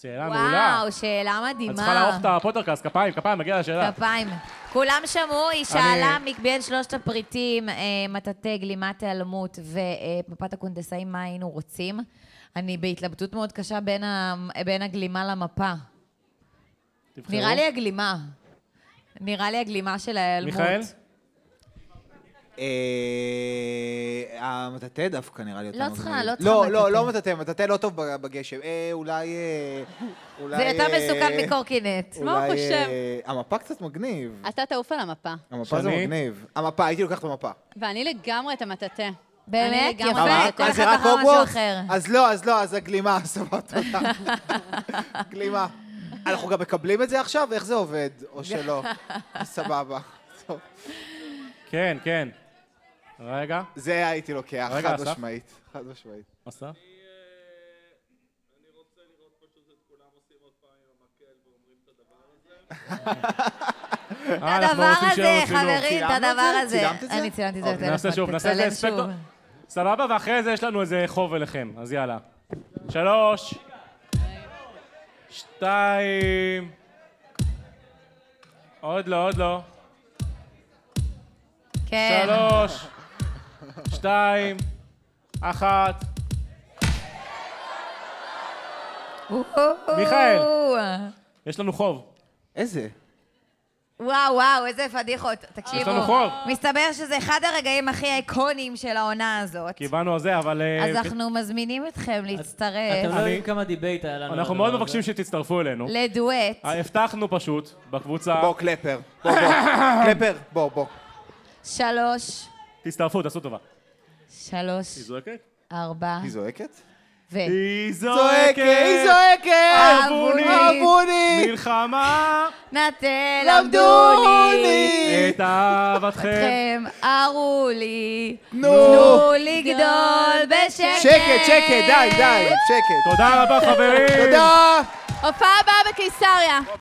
[SPEAKER 1] שאלה אה, מעולה.
[SPEAKER 3] וואו, שאלה מדהימה.
[SPEAKER 1] את צריכה לערוך את הפוטרקאסט, כפיים, כפיים, מגיע לשאלה.
[SPEAKER 3] כפיים. כולם שמעו, היא שאלה
[SPEAKER 1] אני-
[SPEAKER 3] מבין שלושת הפריטים, אה, מטאטא, גלימת היעלמות ומפת הקונדסאים, מה היינו רוצים. אני בהתלבטות מאוד קשה בין, ה... בין הגלימה למפה.
[SPEAKER 1] אוקיי. תבחרו.
[SPEAKER 3] נראה לי הגלימה. נראה לי הגלימה של ההיעלמות.
[SPEAKER 1] מיכאל?
[SPEAKER 2] אה, המטאטא דווקא נראה לי יותר
[SPEAKER 3] לא צריכה,
[SPEAKER 2] מגניב.
[SPEAKER 3] לא צריכה
[SPEAKER 2] לא,
[SPEAKER 3] מטאטא.
[SPEAKER 2] לא, לא מטאטא, מטאטא לא טוב בג- בגשם. אה, אולי... אה, אולי...
[SPEAKER 3] זה יותר
[SPEAKER 2] אה,
[SPEAKER 3] מסוכן מקורקינט.
[SPEAKER 4] מה הוא
[SPEAKER 2] אולי,
[SPEAKER 4] חושב?
[SPEAKER 2] אה, המפה קצת מגניב.
[SPEAKER 4] אתה תעוף על המפה,
[SPEAKER 2] המפה זה
[SPEAKER 1] שאני?
[SPEAKER 2] מגניב. המפה, הייתי לוקח את המפה.
[SPEAKER 4] ואני לגמרי את המטאטא. אני
[SPEAKER 3] באמת?
[SPEAKER 4] לגמרי
[SPEAKER 3] יפה,
[SPEAKER 4] את
[SPEAKER 2] אבל- אז
[SPEAKER 3] כל
[SPEAKER 4] המטאטא.
[SPEAKER 2] אה, זה
[SPEAKER 3] אחד
[SPEAKER 2] רק
[SPEAKER 3] בחר משהו
[SPEAKER 2] הוגוורטס?
[SPEAKER 3] אחר.
[SPEAKER 2] אז לא, אז לא, אז הגלימה, <laughs> סבבה,
[SPEAKER 3] <laughs>
[SPEAKER 2] תודה. גלימה. אנחנו גם מקבלים את זה עכשיו? איך זה עובד? או
[SPEAKER 3] <laughs>
[SPEAKER 2] שלא? סבבה. טוב.
[SPEAKER 1] כן, כן. רגע,
[SPEAKER 2] זה הייתי לוקח,
[SPEAKER 1] רגע,
[SPEAKER 2] חד
[SPEAKER 1] אסף.
[SPEAKER 2] משמעית. חד משמעית.
[SPEAKER 1] אסף. אה, אנחנו
[SPEAKER 3] הדבר
[SPEAKER 1] רוצים שיהיה לנו צילום.
[SPEAKER 3] הזה, חברים, את הדבר הזה.
[SPEAKER 2] צילמת את זה?
[SPEAKER 3] אני צילמתי את זה.
[SPEAKER 1] אוקיי,
[SPEAKER 3] לטלפון.
[SPEAKER 1] נעשה שוב, נעשה את זה
[SPEAKER 3] תצלם שוב.
[SPEAKER 1] אספקטו- סבבה, ואחרי זה יש לנו איזה חוב אליכם, אז יאללה. שלוש, שתיים, עוד לא, עוד לא,
[SPEAKER 3] כן.
[SPEAKER 1] שלוש, שתיים, אחת. מיכאל. יש לנו חוב.
[SPEAKER 2] איזה?
[SPEAKER 3] וואו, וואו, איזה פדיחות. תקשיבו.
[SPEAKER 1] יש לנו חוב.
[SPEAKER 3] מסתבר שזה אחד הרגעים הכי איקונים של העונה הזאת.
[SPEAKER 1] קיבלנו זה, אבל... אה,
[SPEAKER 3] אז אנחנו מזמינים אתכם
[SPEAKER 4] אה.
[SPEAKER 6] אתם
[SPEAKER 3] להצטרף
[SPEAKER 6] לא
[SPEAKER 1] אני-
[SPEAKER 6] יודעים כמה דיבייט היה לנו. על
[SPEAKER 1] אנחנו
[SPEAKER 6] הדבר
[SPEAKER 1] מאוד
[SPEAKER 6] הזה.
[SPEAKER 1] מבקשים שתצטרפו אלינו.
[SPEAKER 3] לדואט.
[SPEAKER 1] אה, הבטחנו פשוט, בקבוצה.
[SPEAKER 2] בוא, קלפר. בוא, בוא.
[SPEAKER 1] <laughs>
[SPEAKER 2] קלפר, בוא, בוא.
[SPEAKER 3] שלוש,
[SPEAKER 1] תצטרפו, תעשו טובה.
[SPEAKER 3] שלוש,
[SPEAKER 1] היא זועקת?
[SPEAKER 3] ארבע,
[SPEAKER 2] היא זועקת?
[SPEAKER 3] ו...
[SPEAKER 1] היא
[SPEAKER 2] זועקת! היא
[SPEAKER 1] זועקת!
[SPEAKER 2] זועקת!
[SPEAKER 1] אבוני!
[SPEAKER 2] אבוני!
[SPEAKER 1] מלחמה!
[SPEAKER 3] נטה, למדוני!
[SPEAKER 1] את אהבתכם!
[SPEAKER 3] ארו לי,
[SPEAKER 2] נו.
[SPEAKER 3] תנו לגדול בשקט.
[SPEAKER 2] שקט, שקט, די, די, שקט.
[SPEAKER 1] תודה רבה, חברים!
[SPEAKER 2] תודה!
[SPEAKER 4] הופעה הבאה בקיסריה.